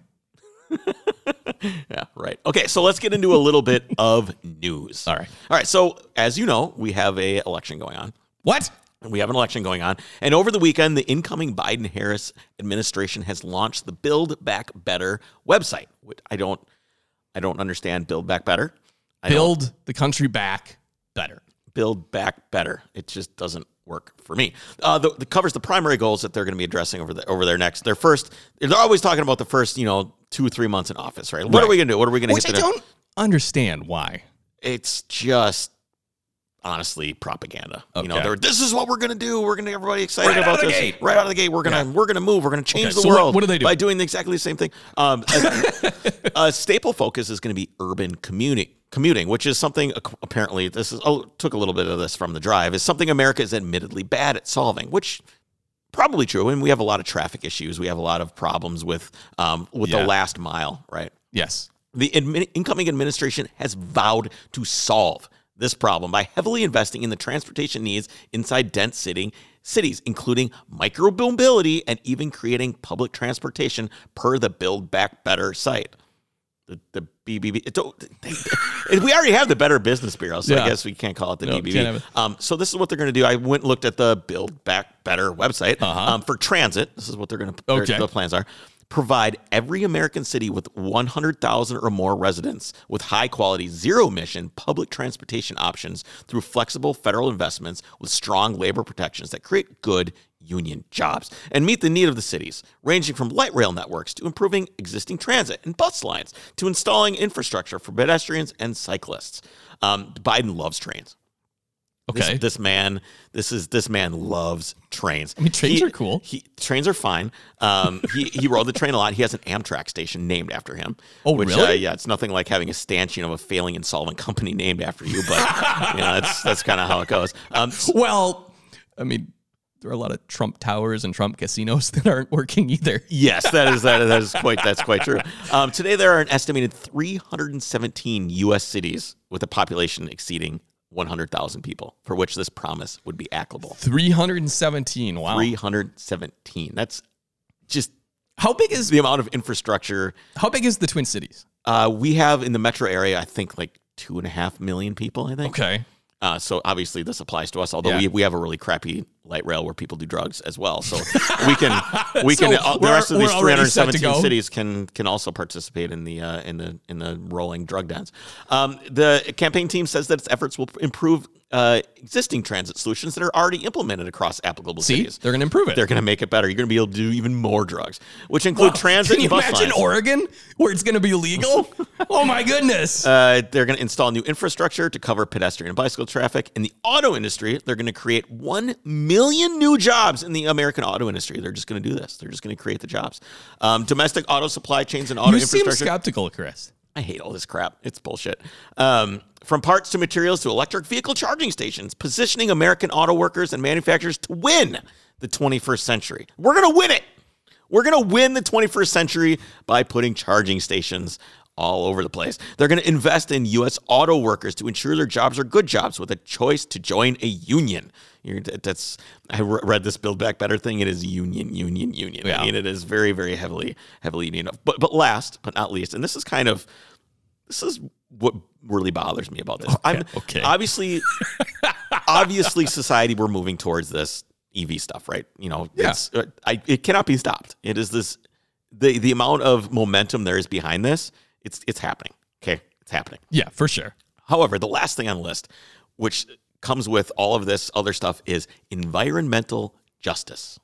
Speaker 1: Yeah, right. Okay, so let's get into a little bit of news.
Speaker 2: All right.
Speaker 1: all right. So as you know, we have a election going on.
Speaker 2: What?
Speaker 1: We have an election going on. And over the weekend, the incoming Biden Harris administration has launched the Build Back Better website. Which I don't I don't understand Build Back Better. I don't-
Speaker 2: Build the country back better.
Speaker 1: build back better. It just doesn't work for me. Uh, the, the covers the primary goals that they're going to be addressing over the over their next their first. They're always talking about the first you know two three months in office, right? What are we going to do? What are we going to
Speaker 2: Which
Speaker 1: hit? the-
Speaker 2: I don't understand why.
Speaker 1: it's just honestly propaganda. You know,
Speaker 2: Okay.
Speaker 1: they're, this is what we're gonna do. We're gonna get everybody excited
Speaker 2: Right out
Speaker 1: about
Speaker 2: of the
Speaker 1: this.
Speaker 2: gate.
Speaker 1: Right out of the gate, we're gonna we're gonna move. We're gonna change
Speaker 2: Okay,
Speaker 1: the
Speaker 2: so what-
Speaker 1: world.
Speaker 2: what do they do?
Speaker 1: by doing exactly the same thing? Um, a, a staple focus is gonna be urban commuting. Commuting, which is something ac- apparently this is oh took a little bit of this from the drive, is something America is admittedly bad at solving, which probably true. And we have a lot of traffic issues. We have a lot of problems with um, with
Speaker 2: Yeah.
Speaker 1: the last mile, right?
Speaker 2: Yes.
Speaker 1: The admin- incoming administration has vowed to solve this problem by heavily investing in the transportation needs inside dense city, cities, including micromobility and even creating public transportation per the Build Back Better site. The, the BBB. It don't- they- we already have the Better Business Bureau, so
Speaker 2: Yeah.
Speaker 1: I guess we can't call it the
Speaker 2: No, can't have
Speaker 1: BBB.
Speaker 2: it.
Speaker 1: Um, so this is what they're going to do. I went and looked at the Build Back Better website um, for transit. This is what they're going to.
Speaker 2: Okay.
Speaker 1: The plans are provide every American city with 100,000 or more residents with high quality, zero emission public transportation options through flexible federal investments with strong labor protections that create good union jobs and meet the need of the cities, ranging from light rail networks to improving existing transit and bus lines to installing infrastructure for pedestrians and cyclists. Um, Biden loves trains. This-
Speaker 2: Okay.
Speaker 1: This, man, this is this man loves trains. I
Speaker 2: mean, trains are cool.
Speaker 1: He trains are fine. Um, he he rode the train a lot. He has an Amtrak station named after him.
Speaker 2: Oh,
Speaker 1: Uh,
Speaker 2: really?
Speaker 1: yeah, it's nothing like having a stanchion of a failing insolvent company named after you, but you know, that's that's kind of how it goes. Um,
Speaker 2: well, I mean, there are a lot of Trump towers and Trump casinos that aren't working either.
Speaker 1: Yes, that is that, that is quite that's quite true. Um, today there are an estimated 317 U.S. cities with a population exceeding 100,000 people, for which this promise would be applicable.
Speaker 2: 317. Wow.
Speaker 1: 317. That's just
Speaker 2: How big is
Speaker 1: the amount of infrastructure
Speaker 2: how big is the Twin Cities?
Speaker 1: uh, we have in the metro area. I think like two and a half million people. I think.
Speaker 2: Okay.
Speaker 1: Uh, so obviously this applies to us. Although
Speaker 2: Yeah.
Speaker 1: we, we have a really crappy light rail where people do drugs as well. So we can we
Speaker 2: So
Speaker 1: can uh, the
Speaker 2: we're-
Speaker 1: rest of these
Speaker 2: we're already set to
Speaker 1: 317
Speaker 2: go?
Speaker 1: cities can can also participate in the uh, in the in the rolling drug dens. Um, the campaign team says that its efforts will improve uh, existing transit solutions that are already implemented across applicable
Speaker 2: See,
Speaker 1: cities.
Speaker 2: they're going to improve it.
Speaker 1: They're going to make it better. You're going to be able to do even more drugs, which include transit
Speaker 2: Can you
Speaker 1: and bus
Speaker 2: imagine
Speaker 1: lines.
Speaker 2: Oregon where it's going to be illegal? oh my goodness.
Speaker 1: Uh, they're going to install new infrastructure to cover pedestrian and bicycle traffic. In the auto industry, they're going to create 1 million new jobs in the American auto industry. They're just going to do this. They're just going to create the jobs. Um, domestic auto supply chains and auto
Speaker 2: you seem
Speaker 1: infrastructure.
Speaker 2: skeptical, Chris.
Speaker 1: I hate all this crap. It's bullshit. Um, from parts to materials to electric vehicle charging stations, positioning American auto workers and manufacturers to win the 21st century. We're going to win it. We're going to win the 21st century by putting charging stations all over the place. They're going to invest in U.S. auto workers to ensure their jobs are good jobs with a choice to join a union. You're, that- that's I re- read this Build Back Better thing. It is union, union, union.
Speaker 2: Yeah.
Speaker 1: I mean, it is very, very heavily, heavily union. But but last but not least, and this is kind of this is what really bothers me about this. I'm
Speaker 2: okay.
Speaker 1: obviously obviously society we're moving towards this EV stuff, right? You know, it's uh, I, it cannot be stopped. It is this the the amount of momentum there is behind this. It's it's happening. Okay, it's happening.
Speaker 2: Yeah, for sure.
Speaker 1: However, the last thing on the list, which comes with all of this other stuff, is environmental justice.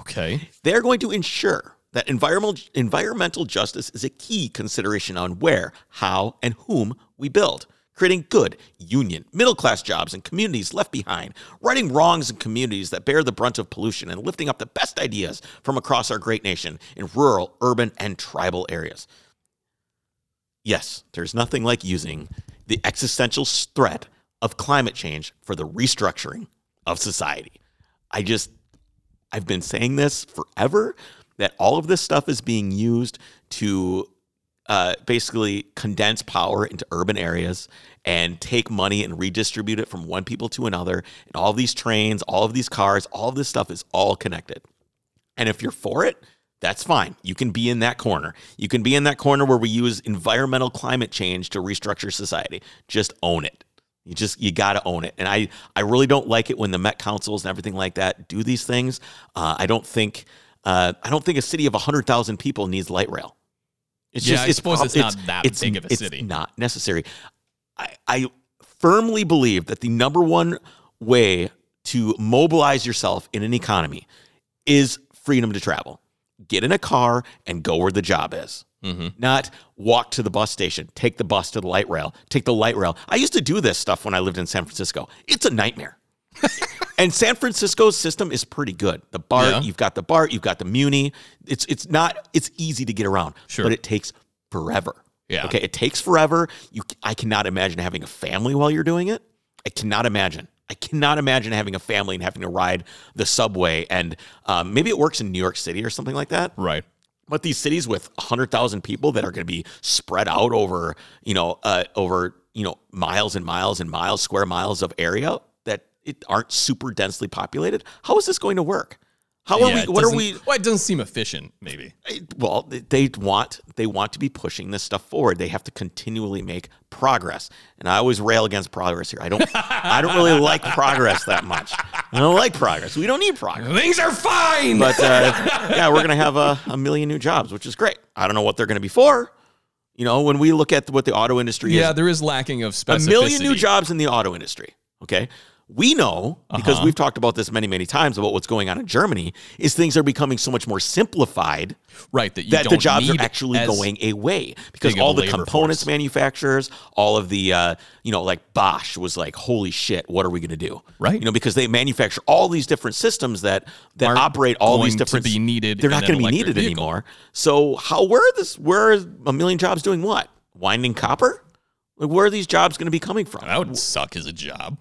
Speaker 2: Okay.
Speaker 1: They're going to ensure that environmental environmental justice is a key consideration on where, how, and whom we build. Creating good, union, middle class jobs and communities left behind, righting wrongs in communities that bear the brunt of pollution, and lifting up the best ideas from across our great nation in rural, urban, and tribal areas. Yes, there's nothing like using the existential threat of climate change for the restructuring of society. I just, I've been saying this forever that all of this stuff is being used to uh, basically condense power into urban areas and take money and redistribute it from one people to another. And all these trains, all of these cars, all of this stuff is all connected. And if you're for it, that's fine. You can be in that corner. You can be in that corner where we use environmental climate change to restructure society. Just own it. You just you got to own it. And I I really don't like it when the Met Councils and everything like that do these things. Uh, I don't think uh, I don't think a city of hundred thousand people needs light rail. It's
Speaker 2: Yeah, I suppose
Speaker 1: prob-
Speaker 2: it's not that big of a
Speaker 1: it's
Speaker 2: city.
Speaker 1: Not necessary. I, I firmly believe that the number one way to mobilize yourself in an economy is freedom to travel. Get in a car and go where the job is. Not walk to the bus station, take the bus to the light rail, take the light rail. I used to do this stuff when I lived in San Francisco. It's a nightmare. and San Francisco's system is pretty good. The BART,
Speaker 2: Yeah.
Speaker 1: you've got the BART, you've got the Muni. It's it's not it's easy to get around,
Speaker 2: Sure.
Speaker 1: but it takes forever.
Speaker 2: Yeah.
Speaker 1: Okay, it takes forever. You I cannot imagine having a family while you're doing it. I cannot imagine. I cannot imagine having a family and having to ride the subway and um, maybe it works in New York City or something like that.
Speaker 2: Right.
Speaker 1: But these cities with 100,000 people that are going to be spread out over, you know, uh, over, you know, miles and miles and miles, square miles of area that it aren't super densely populated. How is this going to work? How are
Speaker 2: Yeah, it
Speaker 1: we, what are
Speaker 2: doesn't-
Speaker 1: we, eh,
Speaker 2: Well, it doesn't seem efficient, maybe.
Speaker 1: well, they want, they want to be pushing this stuff forward. They have to continually make progress. And I always rail against progress here. I don't, I don't really like progress that much. I don't like progress. We don't need progress.
Speaker 2: Things are fine.
Speaker 1: But uh, yeah, we're going to have a, a million new jobs, which is great. I don't know what they're going to be for. You know, when we look at what the auto industry
Speaker 2: yeah,
Speaker 1: is,
Speaker 2: there is lacking of
Speaker 1: a
Speaker 2: specificity.
Speaker 1: million new jobs in the auto industry. Okay. We know because
Speaker 2: Uh-huh.
Speaker 1: we've talked about this many, many times about what's going on in Germany is things are becoming so much more simplified
Speaker 2: Right. That, you
Speaker 1: that
Speaker 2: don't
Speaker 1: the jobs are
Speaker 2: need
Speaker 1: actually
Speaker 2: as-
Speaker 1: going away because
Speaker 2: big of
Speaker 1: all
Speaker 2: a
Speaker 1: the
Speaker 2: labor
Speaker 1: components
Speaker 2: force.
Speaker 1: manufacturers, all of the uh, you know like Bosch was like, holy shit, what are we going to do?
Speaker 2: Right.
Speaker 1: You know because they manufacture all these different systems that that
Speaker 2: Aren't
Speaker 1: operate all these
Speaker 2: going to
Speaker 1: different.
Speaker 2: be needed
Speaker 1: They're
Speaker 2: in
Speaker 1: not
Speaker 2: an
Speaker 1: going to be
Speaker 2: electric
Speaker 1: needed
Speaker 2: vehicle.
Speaker 1: anymore. So how where are this where are a million jobs doing what? Winding copper? Like where are these jobs going to be coming from?
Speaker 2: That would suck as a job.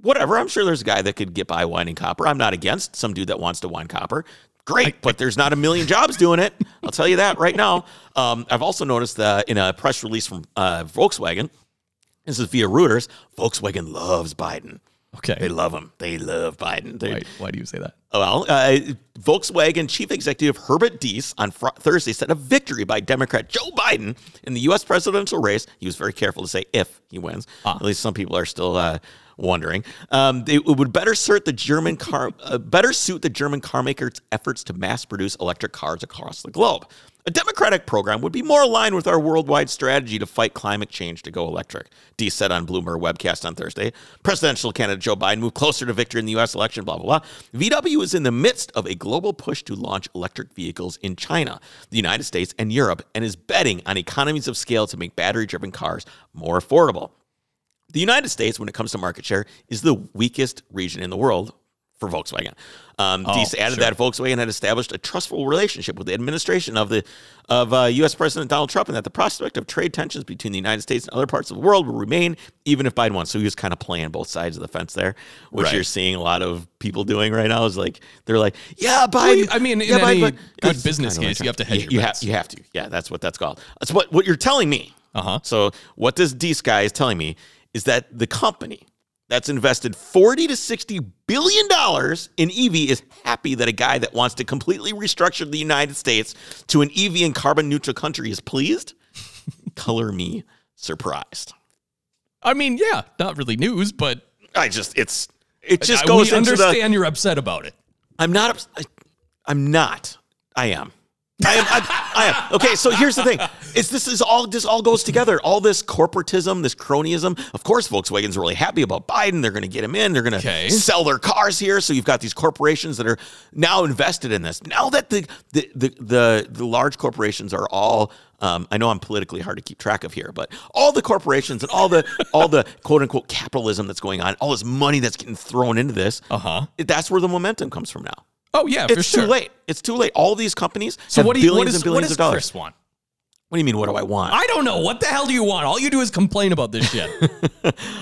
Speaker 1: whatever. I'm sure there's a guy that could get by winding copper. I'm not against some dude that wants to wind copper. Great, but there's not a million jobs doing it. I'll tell you that right now. Um, I've also noticed that in a press release from uh, Volkswagen, this is via Reuters, Volkswagen loves Biden. They
Speaker 2: Okay.
Speaker 1: love him. They love Biden. They,
Speaker 2: Why, why do you say that?
Speaker 1: well, uh, Volkswagen chief executive Herbert Diess on fr- Thursday said a victory by Democrat Joe Biden in the U.S. presidential race. He was very careful to say if he wins. At least some people are still uh, wondering. Um, it would better suit the German car, uh, better suit the German car makers' efforts to mass produce electric cars across the globe. A democratic program would be more aligned with our worldwide strategy to fight climate change to go electric. D said on Bloomer webcast on Thursday. Presidential candidate Joe Biden moved closer to victory in the U.S. election. Blah blah blah. VW is in the midst of a global push to launch electric vehicles in China, the United States, and Europe, and is betting on economies of scale to make battery-driven cars more affordable. The United States, when it comes to market share, is the weakest region in the world for Volkswagen. Um, Deese added that Volkswagen had established a trustful relationship with the administration of the of uh, U.S. President Donald Trump, and that the prospect of trade tensions between the United States and other parts of the world will remain even if Biden won. So he was kind of playing both sides of the fence there, which
Speaker 2: Right.
Speaker 1: you're seeing a lot of people doing right now. Is like they're like, yeah, Biden.
Speaker 2: I mean, in
Speaker 1: yeah,
Speaker 2: any
Speaker 1: but-
Speaker 2: good
Speaker 1: it's
Speaker 2: business
Speaker 1: kinda
Speaker 2: case, you have to hedge
Speaker 1: you,
Speaker 2: your
Speaker 1: you have
Speaker 2: bets.
Speaker 1: you have to. Yeah, that's what that's called. That's what what you're telling me.
Speaker 2: Uh-huh.
Speaker 1: So what this Deese guy is telling me is that the company that's invested 40 to 60 billion dollars in EV is happy that a guy that wants to completely restructure the United States to an EV and carbon neutral country is pleased? Color me surprised.
Speaker 2: I mean, yeah, not really news, but
Speaker 1: I just it's it just
Speaker 2: I,
Speaker 1: goes
Speaker 2: we
Speaker 1: into the
Speaker 2: understand you're upset about it.
Speaker 1: I'm not. ups- I, I'm not. I am. I am. I, I am. Okay. So here's the thing: is this is all this all goes together? All this corporatism, this cronyism. Of course, Volkswagen's really happy about Biden. They're going to get him in. They're going to
Speaker 2: Okay.
Speaker 1: sell their cars here. So you've got these corporations that are now invested in this. Now that the the the the, the large corporations are all. Um, I know I'm politically hard to keep track of here, but all the corporations and all the all the quote unquote capitalism that's going on, all this money that's getting thrown into this,
Speaker 2: Uh huh.
Speaker 1: that's where the momentum comes from now
Speaker 2: Oh yeah, for
Speaker 1: it's
Speaker 2: sure.
Speaker 1: too late. It's too late. All these companies
Speaker 2: So
Speaker 1: have
Speaker 2: what do you,
Speaker 1: billions
Speaker 2: what is
Speaker 1: and billions
Speaker 2: what does
Speaker 1: of dollars.
Speaker 2: Chris want?
Speaker 1: What do you mean? What do I want? I,
Speaker 2: I don't know. What the hell do you want? All you do is complain about this shit.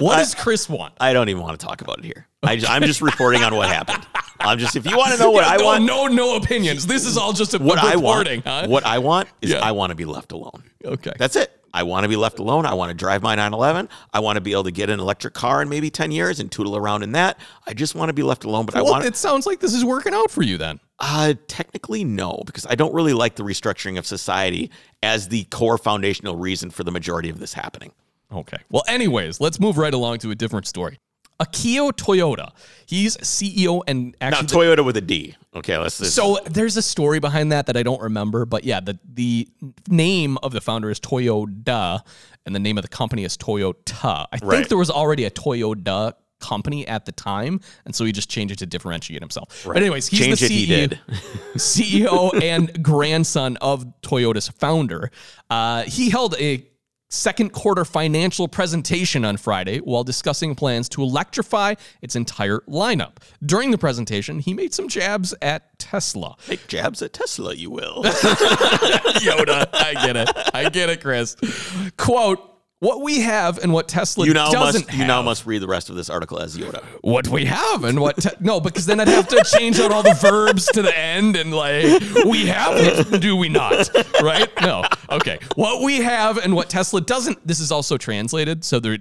Speaker 2: what does Chris want?
Speaker 1: don't even want to talk about it here. I am just reporting on what happened. I'm just if you want to know what I
Speaker 2: no,
Speaker 1: want,
Speaker 2: no, no opinions. This is all just a
Speaker 1: what I want,
Speaker 2: reporting, huh?
Speaker 1: what I want is
Speaker 2: Yeah.
Speaker 1: I want to be left alone.
Speaker 2: Okay.
Speaker 1: That's it. I want to be left alone. I want to drive my 911. I want to be able to get an electric car in maybe 10 years and tootle around in that. I just want to be left alone, but I
Speaker 2: well,
Speaker 1: want
Speaker 2: it sounds like this is working out for you then.
Speaker 1: Uh, technically, no, because I don't really like the restructuring of society as the core foundational reason for the majority of this happening.
Speaker 2: Okay. Well, anyways, let's move right along to a different story. Akio Toyota. He's CEO and
Speaker 1: Now,
Speaker 2: actually
Speaker 1: Toyota with a D. Okay, let's. Just,
Speaker 2: So there's a story behind that that I don't remember, but yeah, the the name of the founder is Toyota, and the name of the company is Toyota. I think
Speaker 1: Right.
Speaker 2: there was already a Toyota company at the time, and so he just changed it to differentiate himself. But anyways, he's
Speaker 1: Change
Speaker 2: the E
Speaker 1: it,
Speaker 2: CEO,
Speaker 1: he did.
Speaker 2: CEO E and grandson of Toyota's founder. Uh, he held a second quarter financial presentation on Friday while discussing plans to electrify its entire lineup. During the presentation, he made some jabs at Tesla.
Speaker 1: Take jabs at Tesla, you will.
Speaker 2: Yoda, I get it. I get it, Chris. Quote, what we have and what Tesla
Speaker 1: you now
Speaker 2: doesn't
Speaker 1: must. You now
Speaker 2: have.
Speaker 1: must read the rest of this article as Yoda.
Speaker 2: what we have and what te- no because then i'd have to change out all the verbs to the end and like we have it do we not right no okay what we have and what tesla doesn't this is also translated so they're a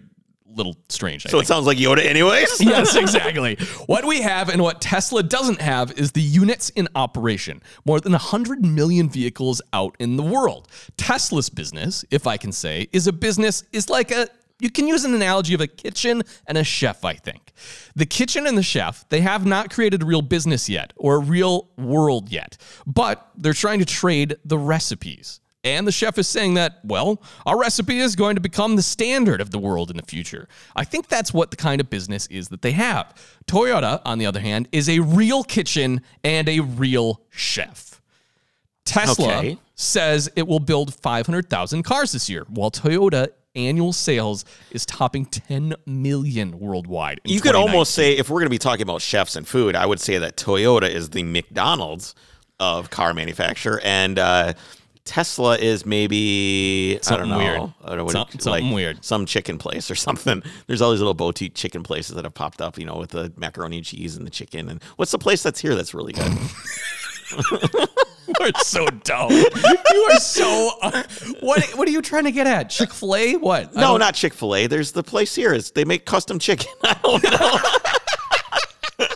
Speaker 2: little strange I
Speaker 1: So it sounds like Yoda, anyways.
Speaker 2: yes, exactly. What we have and what Tesla doesn't have is the units in operation, more than 100 million vehicles out in the world. Tesla's business, if I can say, is a business, is like a you can use an analogy of a kitchen and a chef, I think. The kitchen and the chef, they have not created a real business yet or a real world yet, but they're trying to trade the recipes. And the chef is saying that, well, our recipe is going to become the standard of the world in the future. I think that's what the kind of business is that they have. Toyota, on the other hand, is a real kitchen and a real chef. Tesla
Speaker 1: Okay.
Speaker 2: says it will build 500,000 cars this year, while Toyota annual sales is topping 10 million worldwide. in
Speaker 1: You could
Speaker 2: 2019.
Speaker 1: almost say if we're going to be talking about chefs and food, I would say that Toyota is the McDonald's of car manufacture, and uh, Tesla is maybe
Speaker 2: Something
Speaker 1: I don't know,
Speaker 2: weird.
Speaker 1: I don't know what
Speaker 2: Some-
Speaker 1: it-
Speaker 2: something weird.
Speaker 1: some chicken place or something. There's all these little boutique chicken places that have popped up, you know, with the macaroni and cheese and the chicken. And what's the place that's here that's really good?
Speaker 2: You are so dumb. you are so. uh, what, what are you trying to get at? Chick fil A? What? I
Speaker 1: no,
Speaker 2: don't-
Speaker 1: not Chick Fil A. There's the place here. It's, they make custom chicken. I don't know.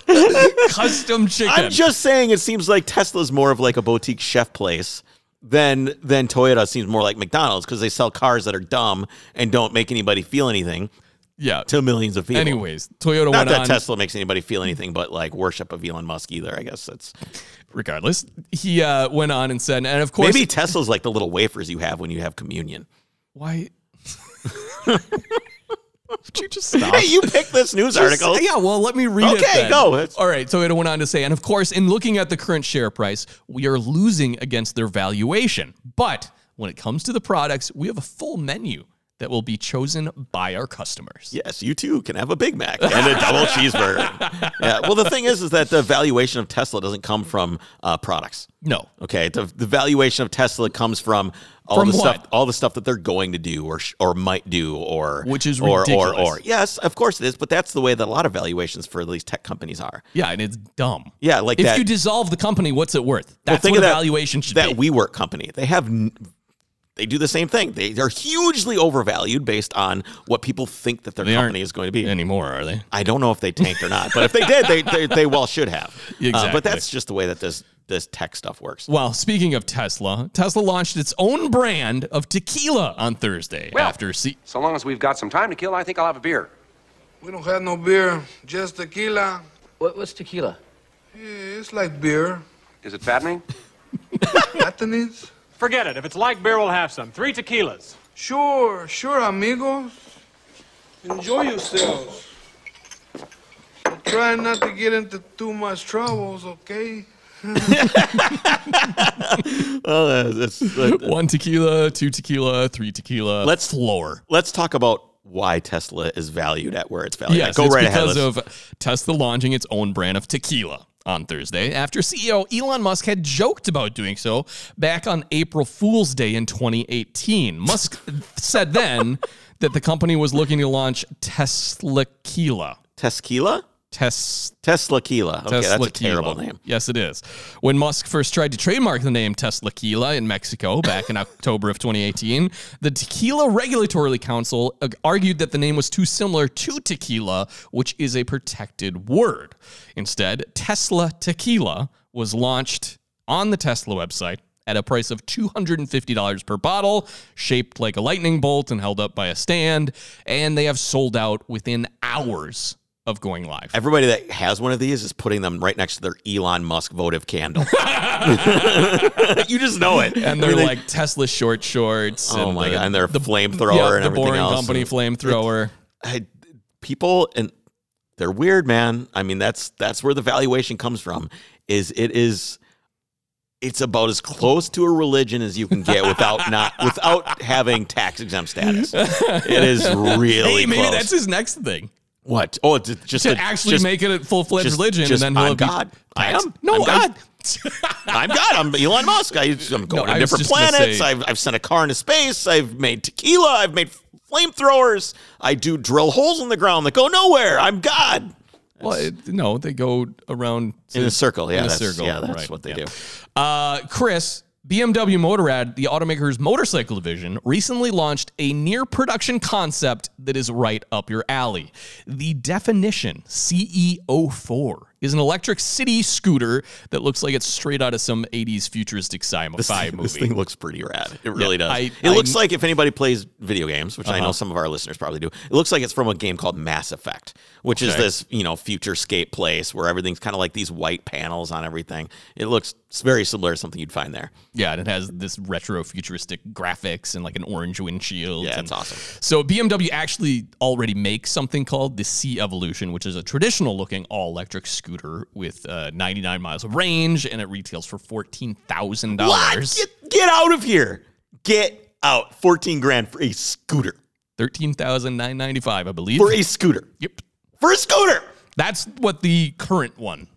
Speaker 2: Custom chicken.
Speaker 1: I'm just saying it seems like Tesla's more of like a boutique chef place than than Toyota seems more like McDonald's because they sell cars that are dumb and don't make anybody feel anything.
Speaker 2: Yeah.
Speaker 1: to millions of people.
Speaker 2: Anyways, Toyota
Speaker 1: Not
Speaker 2: went
Speaker 1: that
Speaker 2: on.
Speaker 1: Tesla makes anybody feel anything but like worship of Elon Musk either. I guess that's
Speaker 2: Regardless, he uh, went on and said, and of course,
Speaker 1: maybe Tesla's like the little wafers you have when you have communion.
Speaker 2: why? Would you just stop?
Speaker 1: Hey, you picked this news
Speaker 2: Just-
Speaker 1: article.
Speaker 2: Yeah, well, let me read it.
Speaker 1: Okay,
Speaker 2: then.
Speaker 1: go. It's-
Speaker 2: All right, so it went on to say, and of course, in looking at the current share price, we are losing against their valuation. But when it comes to the products, we have a full menu that will be chosen by our customers.
Speaker 1: Yes, you too can have a Big Mac and a double cheeseburger. Yeah. Well, the thing is, is that the valuation of Tesla doesn't come from uh, products.
Speaker 2: No.
Speaker 1: Okay, the, the valuation of Tesla comes from all
Speaker 2: From
Speaker 1: the
Speaker 2: what?
Speaker 1: stuff, all the stuff that they're going to do or sh- or might do, or
Speaker 2: Which is
Speaker 1: or, or
Speaker 2: ridiculous.
Speaker 1: or yes, of course it is, but that's the way that a lot of valuations for these tech companies are.
Speaker 2: Yeah, and it's dumb.
Speaker 1: Yeah, like
Speaker 2: if
Speaker 1: that.
Speaker 2: you dissolve the company, what's it worth?
Speaker 1: Well,
Speaker 2: That's
Speaker 1: think
Speaker 2: what
Speaker 1: of
Speaker 2: a
Speaker 1: that-
Speaker 2: valuation should
Speaker 1: that
Speaker 2: be.
Speaker 1: WeWork company. They have n- they do the same thing. They are hugely overvalued based on what people think that their
Speaker 2: They aren't
Speaker 1: company is going to be.
Speaker 2: Anymore, are they?
Speaker 1: I don't know if they tanked or not, but if they did, they they, they well should have. Uh,
Speaker 2: Exactly.
Speaker 1: but that's just the way that this this tech stuff works.
Speaker 2: Well, speaking of Tesla, Tesla launched its own brand of tequila on Thursday
Speaker 4: Well-
Speaker 2: after C-
Speaker 4: So long as we've got some time to kill, I think I'll have a beer.
Speaker 5: We don't have no beer, just tequila.
Speaker 6: What, what's tequila?
Speaker 5: Yeah, it's like beer.
Speaker 4: Is it fattening?
Speaker 5: Athens?
Speaker 7: Forget it. If it's like beer, we'll have some. Three tequilas.
Speaker 5: Sure, sure, amigos. Enjoy yourselves. Try not to get into too much troubles, okay?
Speaker 1: Oh, that's- that's-
Speaker 2: one tequila, two tequila, three tequila.
Speaker 1: Let's-
Speaker 2: floor.
Speaker 1: let's talk about why Tesla is valued at where it's valued.
Speaker 2: Yes,
Speaker 1: at. Oh, Go
Speaker 2: it's
Speaker 1: right ahead.
Speaker 2: because
Speaker 1: Let's-
Speaker 2: of Tesla launching its own brand of tequila on Thursday after CEO Elon Musk had joked about doing so back on April Fool's Day in 2018. Musk said then that the company was looking to launch Tesla Tequila.
Speaker 1: Tesquila?
Speaker 2: Tes-
Speaker 1: Tesla Keela. Okay, that's a terrible
Speaker 2: Tequila.
Speaker 1: name.
Speaker 2: Yes, it is. When Musk first tried to trademark the name Tesla Tequila in Mexico back in October of 2018, the Tequila Regulatory Council uh, argued that the name was too similar to tequila, which is a protected word. Instead, Tesla Tequila was launched on the Tesla website at a price of $250 per bottle, shaped like a lightning bolt and held up by a stand, and they have sold out within hours of going live.
Speaker 1: Everybody that has one of these is putting them right next to their Elon Musk votive candle. you just know it.
Speaker 2: and they're like Tesla short shorts.
Speaker 1: oh
Speaker 2: and
Speaker 1: my
Speaker 2: the,
Speaker 1: god, and they're a flamethrower
Speaker 2: yeah,
Speaker 1: and
Speaker 2: the
Speaker 1: everything
Speaker 2: boring
Speaker 1: else.
Speaker 2: company flamethrower.
Speaker 1: I, people and they're weird, man. I mean, that's that's where the valuation comes from. Is it is it's about as close to a religion as you can get without not without having tax exempt status. It is really
Speaker 2: Hey, maybe
Speaker 1: close.
Speaker 2: that's his next thing
Speaker 1: what? Oh, it's just
Speaker 2: to
Speaker 1: a-
Speaker 2: actually
Speaker 1: just-
Speaker 2: make it a full fledged
Speaker 1: just-
Speaker 2: religion,
Speaker 1: just
Speaker 2: and then he'll
Speaker 1: I'm
Speaker 2: be
Speaker 1: God. I
Speaker 2: taxed.
Speaker 1: am.
Speaker 2: No,
Speaker 1: I'm God.
Speaker 2: God.
Speaker 1: I'm God. I'm Elon Musk. I, I'm going
Speaker 2: I
Speaker 1: to
Speaker 2: was
Speaker 1: different
Speaker 2: just gonna
Speaker 1: planets.
Speaker 2: say-
Speaker 1: I've, I've sent a car into space. I've made tequila. I've made flamethrowers. I do drill holes in the ground that go nowhere. I'm God.
Speaker 2: well, it- no, they go around
Speaker 1: In a circle. Yeah,
Speaker 2: in a
Speaker 1: that's,
Speaker 2: circle,
Speaker 1: Yeah, that's
Speaker 2: right,
Speaker 1: what they
Speaker 2: yeah.
Speaker 1: do.
Speaker 2: Uh, Chris, BMW Motorrad, the automaker's motorcycle division, recently launched a near production concept that is right up your alley. The Definition CEO4 is an electric city scooter that looks like it's straight out of some 80s futuristic sci
Speaker 1: This,
Speaker 2: fi
Speaker 1: thing, this
Speaker 2: movie.
Speaker 1: thing looks pretty rad. It really does.
Speaker 2: I- Uh-huh.
Speaker 1: it looks
Speaker 2: I-
Speaker 1: like if anybody plays video games, which I know some of our listeners probably do, it looks like it's from a game called Mass Effect, which is
Speaker 2: Okay.
Speaker 1: this you know future scape place where everything's kind of like these white panels on everything. It looks very similar to something you'd find there.
Speaker 2: Yeah, and it has this retro futuristic graphics and like an orange windshield.
Speaker 1: Yeah,
Speaker 2: and-
Speaker 1: it's awesome.
Speaker 2: So BMW actually already makes something called the C Evolution, which is a traditional looking all electric scooter with uh, 99 miles of range, and it retails for fourteen thousand
Speaker 1: What?
Speaker 2: dollars.
Speaker 1: Get, get out of here. Get out. 14 grand for a scooter.
Speaker 2: Thirteen thousand nine ninety five, I believe.
Speaker 1: For a scooter.
Speaker 2: yep,
Speaker 1: For a scooter.
Speaker 2: that's what the current one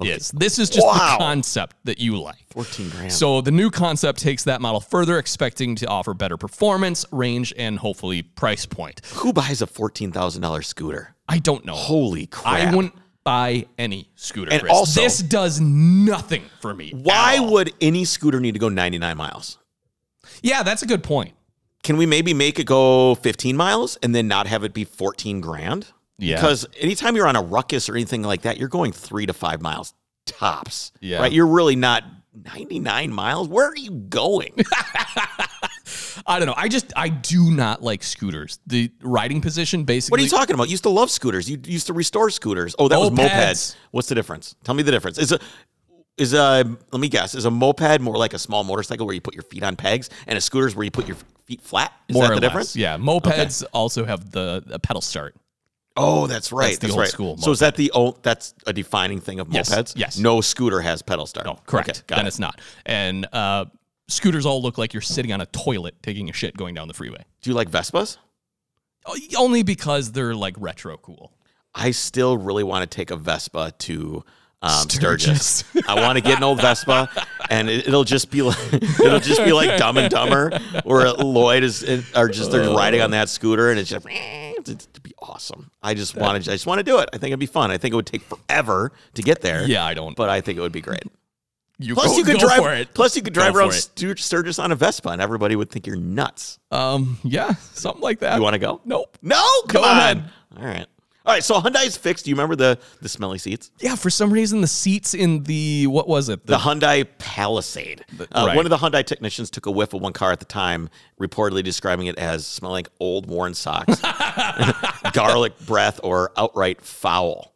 Speaker 2: is. This is just
Speaker 1: Wow.
Speaker 2: the concept that you like.
Speaker 1: 14 grand.
Speaker 2: So the new concept takes that model further, expecting to offer better performance, range, and hopefully price point.
Speaker 1: Who buys a $14,000 scooter?
Speaker 2: I don't know.
Speaker 1: Holy crap.
Speaker 2: I wouldn't buy any scooter.
Speaker 1: And
Speaker 2: Chris.
Speaker 1: also-
Speaker 2: this does nothing for me.
Speaker 1: Why
Speaker 2: at all.
Speaker 1: would any scooter need to go 99 miles?
Speaker 2: Yeah, that's a good point.
Speaker 1: Can we maybe make it go 15 miles and then not have it be 14 grand?
Speaker 2: Yeah.
Speaker 1: Because anytime you're on a ruckus or anything like that, you're going three to five miles tops.
Speaker 2: Yeah.
Speaker 1: Right. You're really not 99 miles? Where are you going?
Speaker 2: I don't know. I just I do not like scooters. The riding position basically.
Speaker 1: What are you talking about? You used to love scooters. You used to restore scooters. Oh, that was
Speaker 2: Mopeds.
Speaker 1: mopeds. What's the difference? Tell me the difference. Is a is a let me guess. Is a moped more like a small motorcycle where you put your feet on pegs, and a scooter is where you put your feet flat? Is
Speaker 2: More
Speaker 1: that
Speaker 2: or
Speaker 1: the
Speaker 2: less.
Speaker 1: difference?
Speaker 2: Yeah, mopeds also have the a pedal start.
Speaker 1: Oh, that's right.
Speaker 2: That's the old
Speaker 1: right.
Speaker 2: school
Speaker 1: So is that the old? That's a defining thing of
Speaker 2: Yes,
Speaker 1: mopeds.
Speaker 2: yes.
Speaker 1: No scooter has pedal start.
Speaker 2: No, correct.
Speaker 1: Okay, got
Speaker 2: then
Speaker 1: it.
Speaker 2: it's not. And uh, scooters all look like you're sitting on a toilet taking a shit going down the freeway.
Speaker 1: Do you like Vespas?
Speaker 2: O- Only because they're like retro cool.
Speaker 1: I still really want to take a Vespa to um, Sturgis. I want to get an old Vespa, and it, it'll just be like it'll just be like Dumb and Dumber, where Lloyd is are just they're riding on that scooter, and it's just it'd be awesome. I just want to I just want to do it. I think it'd be fun. I think it would take forever to get there.
Speaker 2: Yeah, I don't.
Speaker 1: but I think it would be great.
Speaker 2: You
Speaker 1: Plus,
Speaker 2: go-
Speaker 1: you could
Speaker 2: go
Speaker 1: drive.
Speaker 2: for it.
Speaker 1: Plus, you could drive
Speaker 2: for
Speaker 1: around
Speaker 2: it.
Speaker 1: Stu- Sturgis on a Vespa, and everybody would think you're nuts.
Speaker 2: Um, yeah, something like that.
Speaker 1: You want to go?
Speaker 2: Nope.
Speaker 1: Uh, No, come
Speaker 2: Go
Speaker 1: on.
Speaker 2: ahead.
Speaker 1: All right. All right, so Hyundai's fixed. Do you remember the the smelly seats?
Speaker 2: Yeah, for some reason the seats in the what was it?
Speaker 1: the Hyundai Palisade. Uh,
Speaker 2: right.
Speaker 1: One of the Hyundai technicians took a whiff of one car at the time, reportedly describing it as smelling like old worn socks, garlic breath, or outright foul.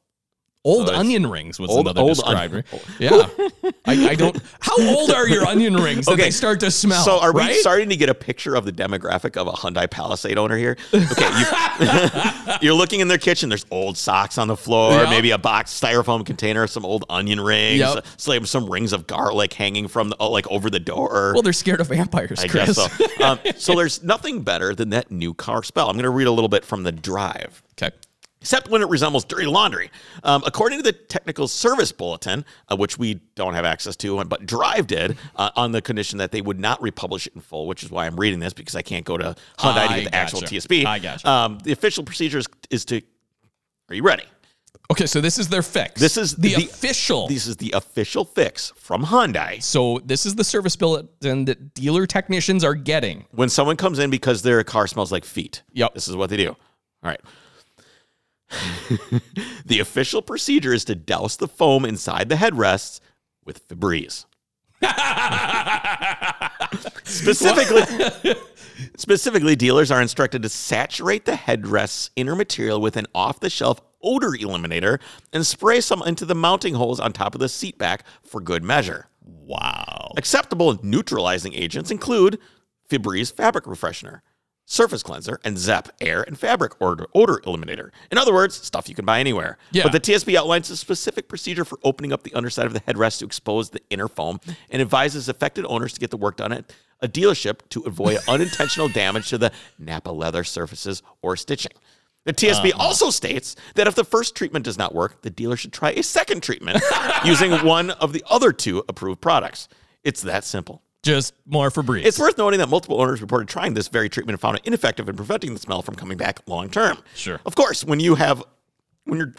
Speaker 2: Old
Speaker 1: it's-
Speaker 2: onion rings was
Speaker 1: Old-
Speaker 2: another
Speaker 1: old
Speaker 2: describer.
Speaker 1: onion-
Speaker 2: Yeah, I, I don't. How old are your onion rings that
Speaker 1: Okay,
Speaker 2: they start to smell?
Speaker 1: so, are
Speaker 2: right?
Speaker 1: we starting to get a picture of the demographic of a Hyundai Palisade owner here? Okay, you, you're looking in their kitchen. There's old socks on the floor,
Speaker 2: Yep.
Speaker 1: maybe a box styrofoam container, some old onion rings,
Speaker 2: Yep.
Speaker 1: some, some rings of garlic hanging from the, like over the door.
Speaker 2: Well, they're scared of vampires,
Speaker 1: I
Speaker 2: Chris.
Speaker 1: guess so. Um, so there's nothing better than that new car spell. I'm going to read a little bit from the drive.
Speaker 2: Okay.
Speaker 1: Except when it resembles dirty laundry. Um, according to the technical service bulletin, uh, which we don't have access to, but Drive did, uh, on the condition that they would not republish it in full, which is why I'm reading this because I can't go to Hyundai to
Speaker 2: I
Speaker 1: get the actual
Speaker 2: gotcha.
Speaker 1: TSB.
Speaker 2: I gotcha.
Speaker 1: Um, the official procedure is, is to. Are you ready?
Speaker 2: Okay, so this is their fix.
Speaker 1: This is
Speaker 2: the,
Speaker 1: the-
Speaker 2: official.
Speaker 1: This is the official fix from Hyundai.
Speaker 2: so this is the service bulletin that dealer technicians are getting.
Speaker 1: when someone comes in because their car smells like feet.
Speaker 2: Yep.
Speaker 1: This is what they do. All right. the official procedure is to douse the foam inside the headrests with Febreze. specifically, specifically, dealers are instructed to saturate the headrest's inner material with an off-the-shelf odor eliminator and spray some into the mounting holes on top of the seat back for good measure.
Speaker 2: Wow.
Speaker 1: Acceptable neutralizing agents include Febreze fabric refreshener, surface cleanser, and Zep air and fabric odor, odor eliminator. In other words, stuff you can buy anywhere.
Speaker 2: Yeah.
Speaker 1: But the TSB outlines a specific procedure for opening up the underside of the headrest to expose the inner foam and advises affected owners to get the work done at a dealership to avoid unintentional damage to the Napa leather surfaces or stitching. The TSB also states that if the first treatment does not work, the dealer should try a second treatment using one of the other two approved products. It's that simple.
Speaker 2: Just more for breeze.
Speaker 1: It's worth noting that multiple owners reported trying this very treatment and found it ineffective in preventing the smell from coming back long term.
Speaker 2: Sure.
Speaker 1: Of course, when you have, when your,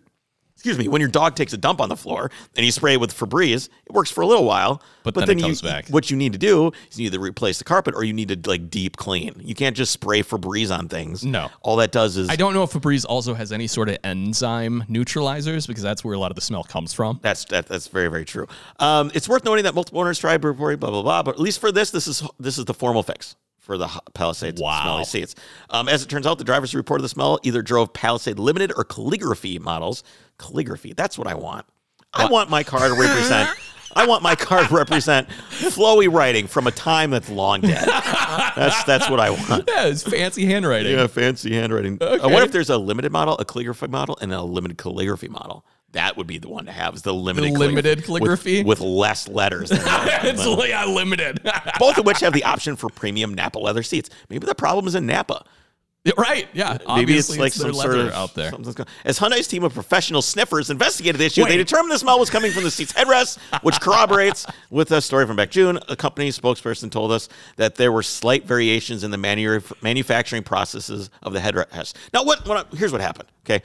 Speaker 1: excuse me, when your dog takes a dump on the floor and you spray it with Febreze, it works for a little while.
Speaker 2: But then it
Speaker 1: you-
Speaker 2: comes back.
Speaker 1: What you need to do is you either replace the carpet or you need to like deep clean. You can't just spray Febreze on things.
Speaker 2: No.
Speaker 1: All that does is
Speaker 2: I don't know if Febreze also has any sort of enzyme neutralizers because that's where a lot of the smell comes from.
Speaker 1: That's that, that's very very true. Um, it's worth noting that multiple owners tried before blah blah blah, but at least for this, this is this is the formal fix for the h- Palisade
Speaker 2: Wow.
Speaker 1: smelly seats. Um, as it turns out, the drivers who reported the smell either drove Palisade Limited or Calligraphy models. Calligraphy, that's what I want. I want my car to represent. I want my car to represent flowy writing from a time that's long dead. That's that's what I want.
Speaker 2: Yeah, it's fancy handwriting.
Speaker 1: Yeah, fancy handwriting. I wonder if there's a limited model, a calligraphy model, and then a limited calligraphy model. That would be the one to have. Is the limited
Speaker 2: limited
Speaker 1: with-
Speaker 2: calligraphy?
Speaker 1: with, less letters. Than the
Speaker 2: it's
Speaker 1: other one.
Speaker 2: like unlimited.
Speaker 1: Both of which have the option for premium Napa leather seats. Maybe the problem is in Napa.
Speaker 2: right? Yeah.
Speaker 1: Maybe it's
Speaker 2: Obviously,
Speaker 1: like
Speaker 2: their
Speaker 1: some sort
Speaker 2: leather
Speaker 1: of
Speaker 2: out there.
Speaker 1: something's going- As Hyundai's team of professional sniffers investigated the issue,
Speaker 2: Wait.
Speaker 1: they determined the smell was coming from the seat's headrest, which corroborates with a story from back June. A company spokesperson told us that there were slight variations in the manu- manufacturing processes of the headrest. Now, what, what? I- Here's what happened. Okay,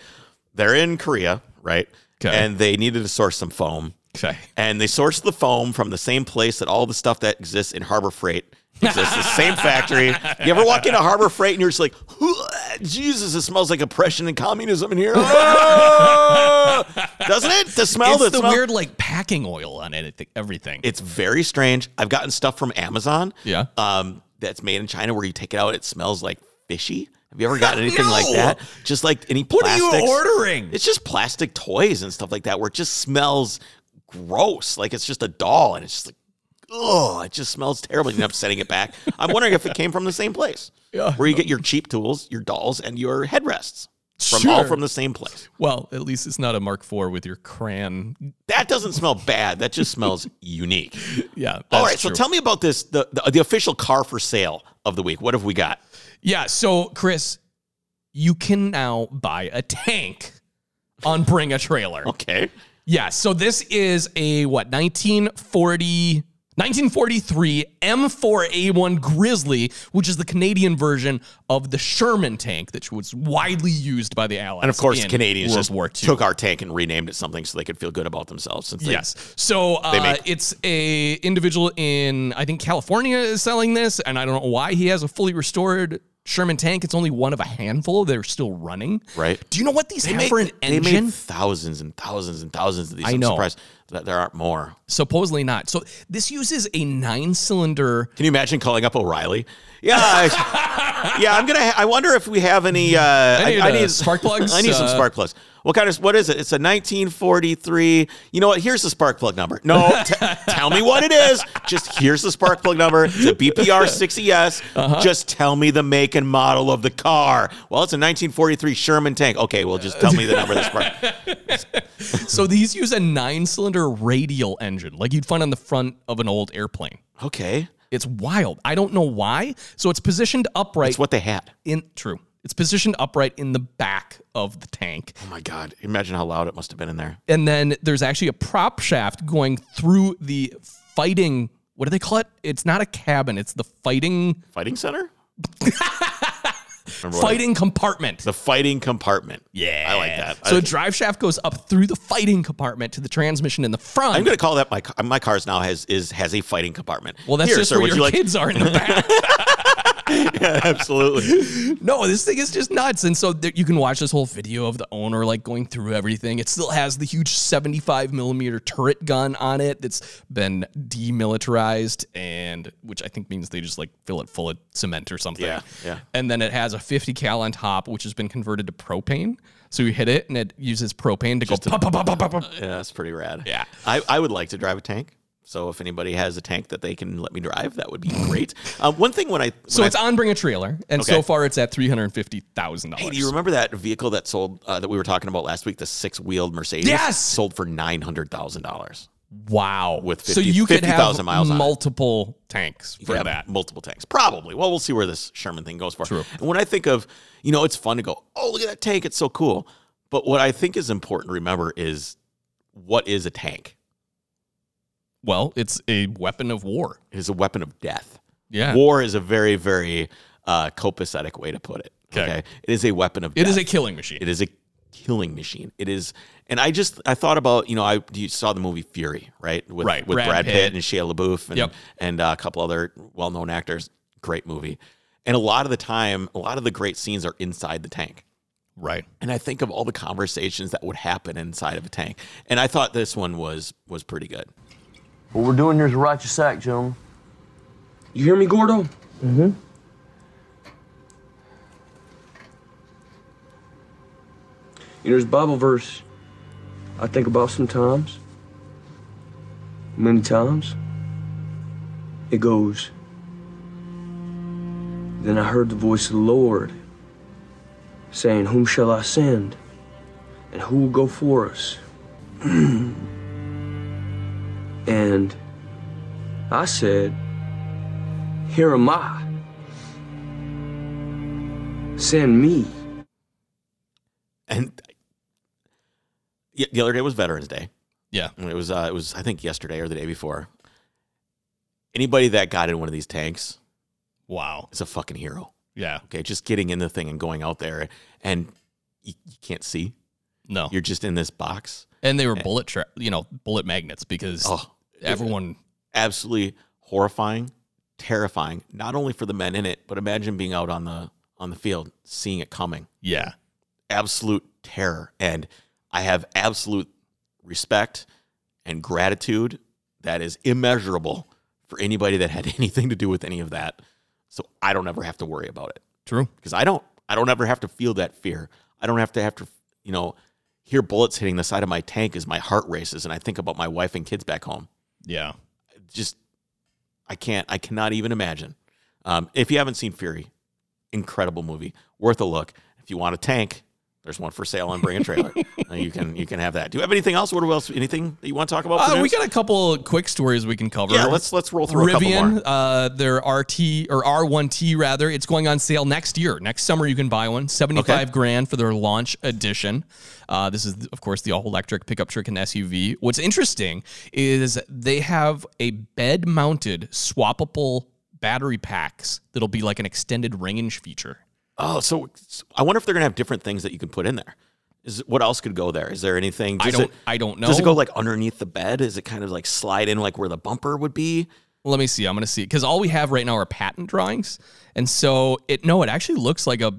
Speaker 1: they're in Korea, right?
Speaker 2: 'Kay.
Speaker 1: And they needed to source some foam.
Speaker 2: Okay.
Speaker 1: And they sourced the foam from the same place that all the stuff that exists in Harbor Freight exists. the same factory. You ever walk into Harbor Freight and you're just like, "Whoa," Jesus, it smells like oppression and communism in here. Ah! Doesn't it? The smell,
Speaker 2: it's the
Speaker 1: smell.
Speaker 2: weird like packing oil on anything, everything.
Speaker 1: It's very strange. I've gotten stuff from Amazon.
Speaker 2: Yeah.
Speaker 1: Um, that's made in China where you take it out, it smells like fishy. Have you ever gotten anything like
Speaker 2: No.
Speaker 1: that? Just like any
Speaker 2: what are
Speaker 1: plastics.
Speaker 2: you ordering?
Speaker 1: It's just plastic toys and stuff like that where it just smells gross. Like it's just a doll and it's just like, oh, it just smells terrible. You end up sending it back. I'm wondering if it came from the same place
Speaker 2: Yeah.
Speaker 1: where you get your cheap tools, your dolls, and your headrests from all
Speaker 2: Sure.
Speaker 1: from the same place.
Speaker 2: well, at least it's not a Mark IV with your crayon.
Speaker 1: That doesn't smell bad. That just smells unique.
Speaker 2: Yeah. That's
Speaker 1: All right, so
Speaker 2: true.
Speaker 1: tell me about this the, the the official car for sale of the week. What have we got?
Speaker 2: Yeah. So, Chris, you can now buy a tank on Bring a Trailer.
Speaker 1: Okay.
Speaker 2: Yeah. So, this is a what, 1940. 1943 M4A1 Grizzly, which is the Canadian version of the Sherman tank, that was widely used by the Allies.
Speaker 1: And of course,
Speaker 2: in
Speaker 1: the Canadians
Speaker 2: World
Speaker 1: just
Speaker 2: War II.
Speaker 1: took our tank and renamed it something so they could feel good about themselves. Since they-
Speaker 2: Yes. So uh,
Speaker 1: make-
Speaker 2: it's a individual in I think California is selling this, and I don't know why he has a fully restored Sherman tank. It's only one of a handful that are still running.
Speaker 1: Right.
Speaker 2: Do you know what these
Speaker 1: they
Speaker 2: have
Speaker 1: make,
Speaker 2: for an
Speaker 1: they make
Speaker 2: engine?
Speaker 1: thousands and thousands and thousands of these.
Speaker 2: I
Speaker 1: I'm
Speaker 2: know.
Speaker 1: surprised that there aren't more.
Speaker 2: Supposedly not. So this uses a nine-cylinder.
Speaker 1: Can you imagine calling up O'Reilly? Yeah, I, yeah. I'm gonna. Ha- I wonder if we have any. Uh, I
Speaker 2: need, uh, spark plugs,
Speaker 1: I need some
Speaker 2: uh,
Speaker 1: spark plugs. What kind of? What is it? It's a 1943. You know what? Here's the spark plug number. No, t- tell me what it is. Just here's the spark plug number. It's a BPR 60s. E
Speaker 2: Uh-huh.
Speaker 1: Just tell me the make and model of the car. Well, it's a 1943 Sherman tank. Okay, well, just tell me the number of the spark.
Speaker 2: so these use a nine-cylinder radial engine, like you'd find on the front of an old airplane.
Speaker 1: Okay,
Speaker 2: It's wild. I don't know why. So it's positioned upright
Speaker 1: it's what they had.
Speaker 2: in true. It's positioned upright in the back of the tank.
Speaker 1: Oh my God! Imagine how loud it must have been in there.
Speaker 2: and then there's actually a prop shaft going through the fighting what do they call it it's not a cabin it's the fighting
Speaker 1: Fighting center. Remember what I-
Speaker 2: fighting compartment
Speaker 1: The fighting compartment.
Speaker 2: yeah
Speaker 1: I like that.
Speaker 2: so
Speaker 1: I-
Speaker 2: a drive shaft goes up through the fighting compartment to the transmission in the front
Speaker 1: I'm going to call that my ca- my car's now has is has a fighting compartment.
Speaker 2: well that's
Speaker 1: Here,
Speaker 2: just
Speaker 1: sir,
Speaker 2: where
Speaker 1: would
Speaker 2: your
Speaker 1: you like?
Speaker 2: kids are in the back
Speaker 1: Yeah, absolutely.
Speaker 2: no this thing is just nuts and so there, you can watch this whole video of the owner like going through everything it still has the huge 75 millimeter turret gun on it that's been demilitarized and which i think means they just like fill it full of cement or something
Speaker 1: Yeah, yeah.
Speaker 2: and then it has a 50 cal on top which has been converted to propane so you hit it and it uses propane to go pop, pop, pop, pop, pop, pop.
Speaker 1: Yeah, that's pretty rad.
Speaker 2: Yeah.
Speaker 1: I, I would like to drive a tank. So if anybody has a tank that they can let me drive, that would be great. um, one thing when I
Speaker 2: so
Speaker 1: when I-
Speaker 2: it's on bring a trailer and so
Speaker 1: Okay.
Speaker 2: far it's at $350000
Speaker 1: Hey, do you remember that vehicle that sold uh, that we were talking about last week? The six wheeled Mercedes.
Speaker 2: Yes!
Speaker 1: sold for nine hundred thousand dollars.
Speaker 2: wow
Speaker 1: With
Speaker 2: so
Speaker 1: 50
Speaker 2: you could have
Speaker 1: 50,000 miles on it.
Speaker 2: multiple tanks for that
Speaker 1: multiple tanks, probably. Well, we'll see where this Sherman thing goes for. True. And when I think of, you know, it's fun to go, oh, look at that tank, it's so cool. But what I think is important to remember is what is a tank?
Speaker 2: Well, it's a weapon of war.
Speaker 1: It is a weapon of death.
Speaker 2: Yeah.
Speaker 1: War is a very, very uh, copacetic way to put it.
Speaker 2: Okay.
Speaker 1: It is a weapon of
Speaker 2: It
Speaker 1: death.
Speaker 2: is a killing machine.
Speaker 1: it is a killing machine. It is, and I just I thought about you know I you saw the movie Fury right with
Speaker 2: Right,
Speaker 1: with
Speaker 2: Brad
Speaker 1: Brad, Pitt.
Speaker 2: Pitt.
Speaker 1: and Shia LaBeouf and
Speaker 2: Yep.
Speaker 1: and uh, a couple other well known actors. Great movie, and a lot of the time, a lot of the great scenes are inside the tank.
Speaker 2: right.
Speaker 1: And I think of all the conversations that would happen inside of a tank. And I thought this one was was pretty good.
Speaker 6: What we're doing here is a righteous act, gentlemen.
Speaker 8: You hear me, Gordo? Mm-hmm. There's a Bible verse I think about sometimes, many times. It goes, Then I heard the voice of the Lord saying, Whom shall I send? And who will go for us? and I said, here am I. Send me.
Speaker 1: And y- the other day was Veterans Day.
Speaker 2: Yeah.
Speaker 1: And It was uh, it was I think yesterday or the day before. Anybody that got in one of these tanks
Speaker 2: Wow.
Speaker 1: is a fucking hero.
Speaker 2: Yeah.
Speaker 1: Okay, just getting in the thing and going out there, and you, you can't see.
Speaker 2: No.
Speaker 1: You're just in this box.
Speaker 2: and they were bullet tra- you know, bullet magnets because
Speaker 1: Oh,
Speaker 2: everyone
Speaker 1: absolutely horrifying, terrifying. Not only for the men in it, but imagine being out on the on the field, seeing it coming.
Speaker 2: Yeah.
Speaker 1: Absolute terror. And I have absolute respect and gratitude that is immeasurable for anybody that had anything to do with any of that. So I don't ever have to worry about it
Speaker 2: True.
Speaker 1: because I don't I don't ever have to feel that fear. I don't have to have to you know hear bullets hitting the side of my tank as my heart races and I think about my wife and kids back home.
Speaker 2: Yeah.
Speaker 1: Just I can't I cannot even imagine. Um, if you haven't seen Fury, incredible movie, worth a look. If you want a tank, there's one for sale on Brand Trailer. Uh, you can you can have that. Do you have anything else? What else? Anything that you want to talk about? for
Speaker 2: Uh, we
Speaker 1: news?
Speaker 2: got a couple quick stories we can cover.
Speaker 1: yeah. Let's let's roll through a couple
Speaker 2: Rivian,
Speaker 1: more.
Speaker 2: uh, their RT or R1T rather, it's going on sale next year. Next summer, you can buy one. Seventy-five grand for their launch edition. Uh, this is, of course, the all-electric pickup truck and SUV. What's interesting is they have a bed-mounted swappable battery packs that'll be like an extended range feature.
Speaker 1: Oh, so so I wonder if they're gonna have different things that you can put in there. Is what else could go there? Is there anything?
Speaker 2: I
Speaker 1: does
Speaker 2: don't,
Speaker 1: it-
Speaker 2: I don't know.
Speaker 1: Does it go like underneath the bed? Is it kind of like slide in like where the bumper would be?
Speaker 2: Let me see. I'm gonna see because all we have right now are patent drawings, and so it no, it actually looks like a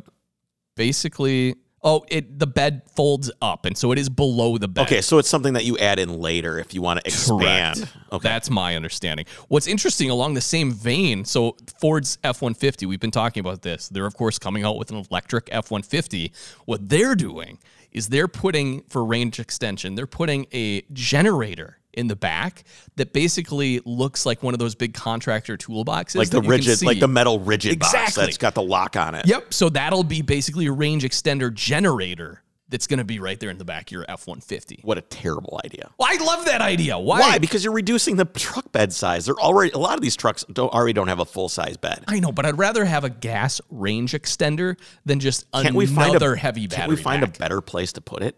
Speaker 2: basically. Oh, it the bed folds up, and so it is below the bed.
Speaker 1: Okay, so it's something that you add in later if you want to expand.
Speaker 2: Correct.
Speaker 1: Okay.
Speaker 2: That's my understanding. What's interesting along the same vein, so Ford's F 150, we've been talking about this. They're, of course, coming out with an electric F 150. What they're doing is they're putting, for range extension, they're putting a generator in the back that basically looks like one of those big contractor toolboxes.
Speaker 1: like the
Speaker 2: that you can
Speaker 1: rigid,
Speaker 2: see.
Speaker 1: like the metal rigid box
Speaker 2: Exactly.
Speaker 1: that's got the lock on it.
Speaker 2: Yep. So that'll be basically a range extender generator that's going to be right there in the back of your F 150.
Speaker 1: What a terrible idea.
Speaker 2: Well, I love that idea. Why?
Speaker 1: Why? Because you're reducing the truck bed size. They're already a lot of these trucks don't already don't have a full size bed.
Speaker 2: I know, but I'd rather have a gas range extender than just
Speaker 1: Can't
Speaker 2: another
Speaker 1: we find a
Speaker 2: heavy battery.
Speaker 1: Can't we find
Speaker 2: pack.
Speaker 1: a better place to put it?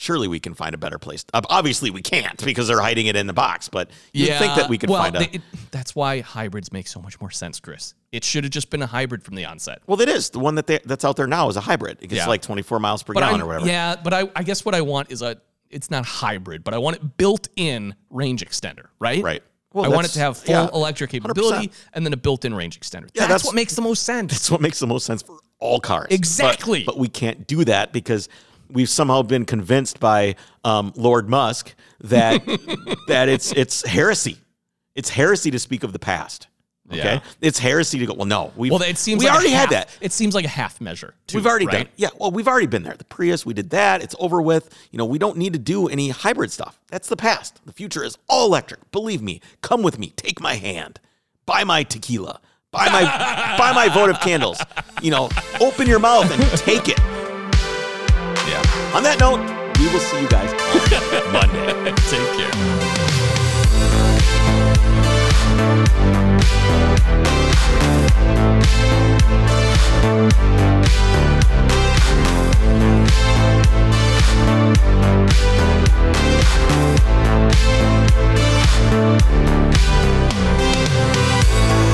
Speaker 1: Surely we can find a better place. Ob- Obviously, we can't because they're hiding it in the box. But you would think that we could
Speaker 2: well,
Speaker 1: find a.
Speaker 2: they- it- that's why hybrids make so much more sense, Chris. It should have just been a hybrid from the onset.
Speaker 1: well, it is the one that they, that's out there now is a hybrid. It gets
Speaker 2: Yeah.
Speaker 1: like 24 miles per
Speaker 2: But
Speaker 1: gallon
Speaker 2: I'm-
Speaker 1: or whatever.
Speaker 2: yeah, but I, I guess what I want is a. It's not hybrid, but I want it built-in range extender, right?
Speaker 1: Right. Well,
Speaker 2: I want
Speaker 1: that's-
Speaker 2: it to have full
Speaker 1: yeah,
Speaker 2: electric
Speaker 1: 100%.
Speaker 2: capability and then a built-in range extender.
Speaker 1: Yeah,
Speaker 2: that's,
Speaker 1: that's-
Speaker 2: what makes the most sense.
Speaker 1: That's what makes the most sense for all cars. But-
Speaker 2: Exactly.
Speaker 1: But, we can't do that because we've somehow been convinced by um, Lord Musk that that it's it's heresy. It's heresy to speak of the past. Okay,
Speaker 2: Yeah.
Speaker 1: it's heresy to go. Well, no, we
Speaker 2: Well, it seems
Speaker 1: we
Speaker 2: like a
Speaker 1: already had
Speaker 2: half-
Speaker 1: that.
Speaker 2: It seems like a half measure. too,
Speaker 1: We've already
Speaker 2: right?
Speaker 1: done. it. Yeah, well, we've already been there. The Prius, we did that. It's over with. You know, we don't need to do any hybrid stuff. That's the past. The future is all electric. Believe me. Come with me. Take my hand. Buy my tequila. Buy my buy my votive candles. You know, open your mouth and take it. Yeah. On that note, we will see you guys on Monday.
Speaker 2: Take care.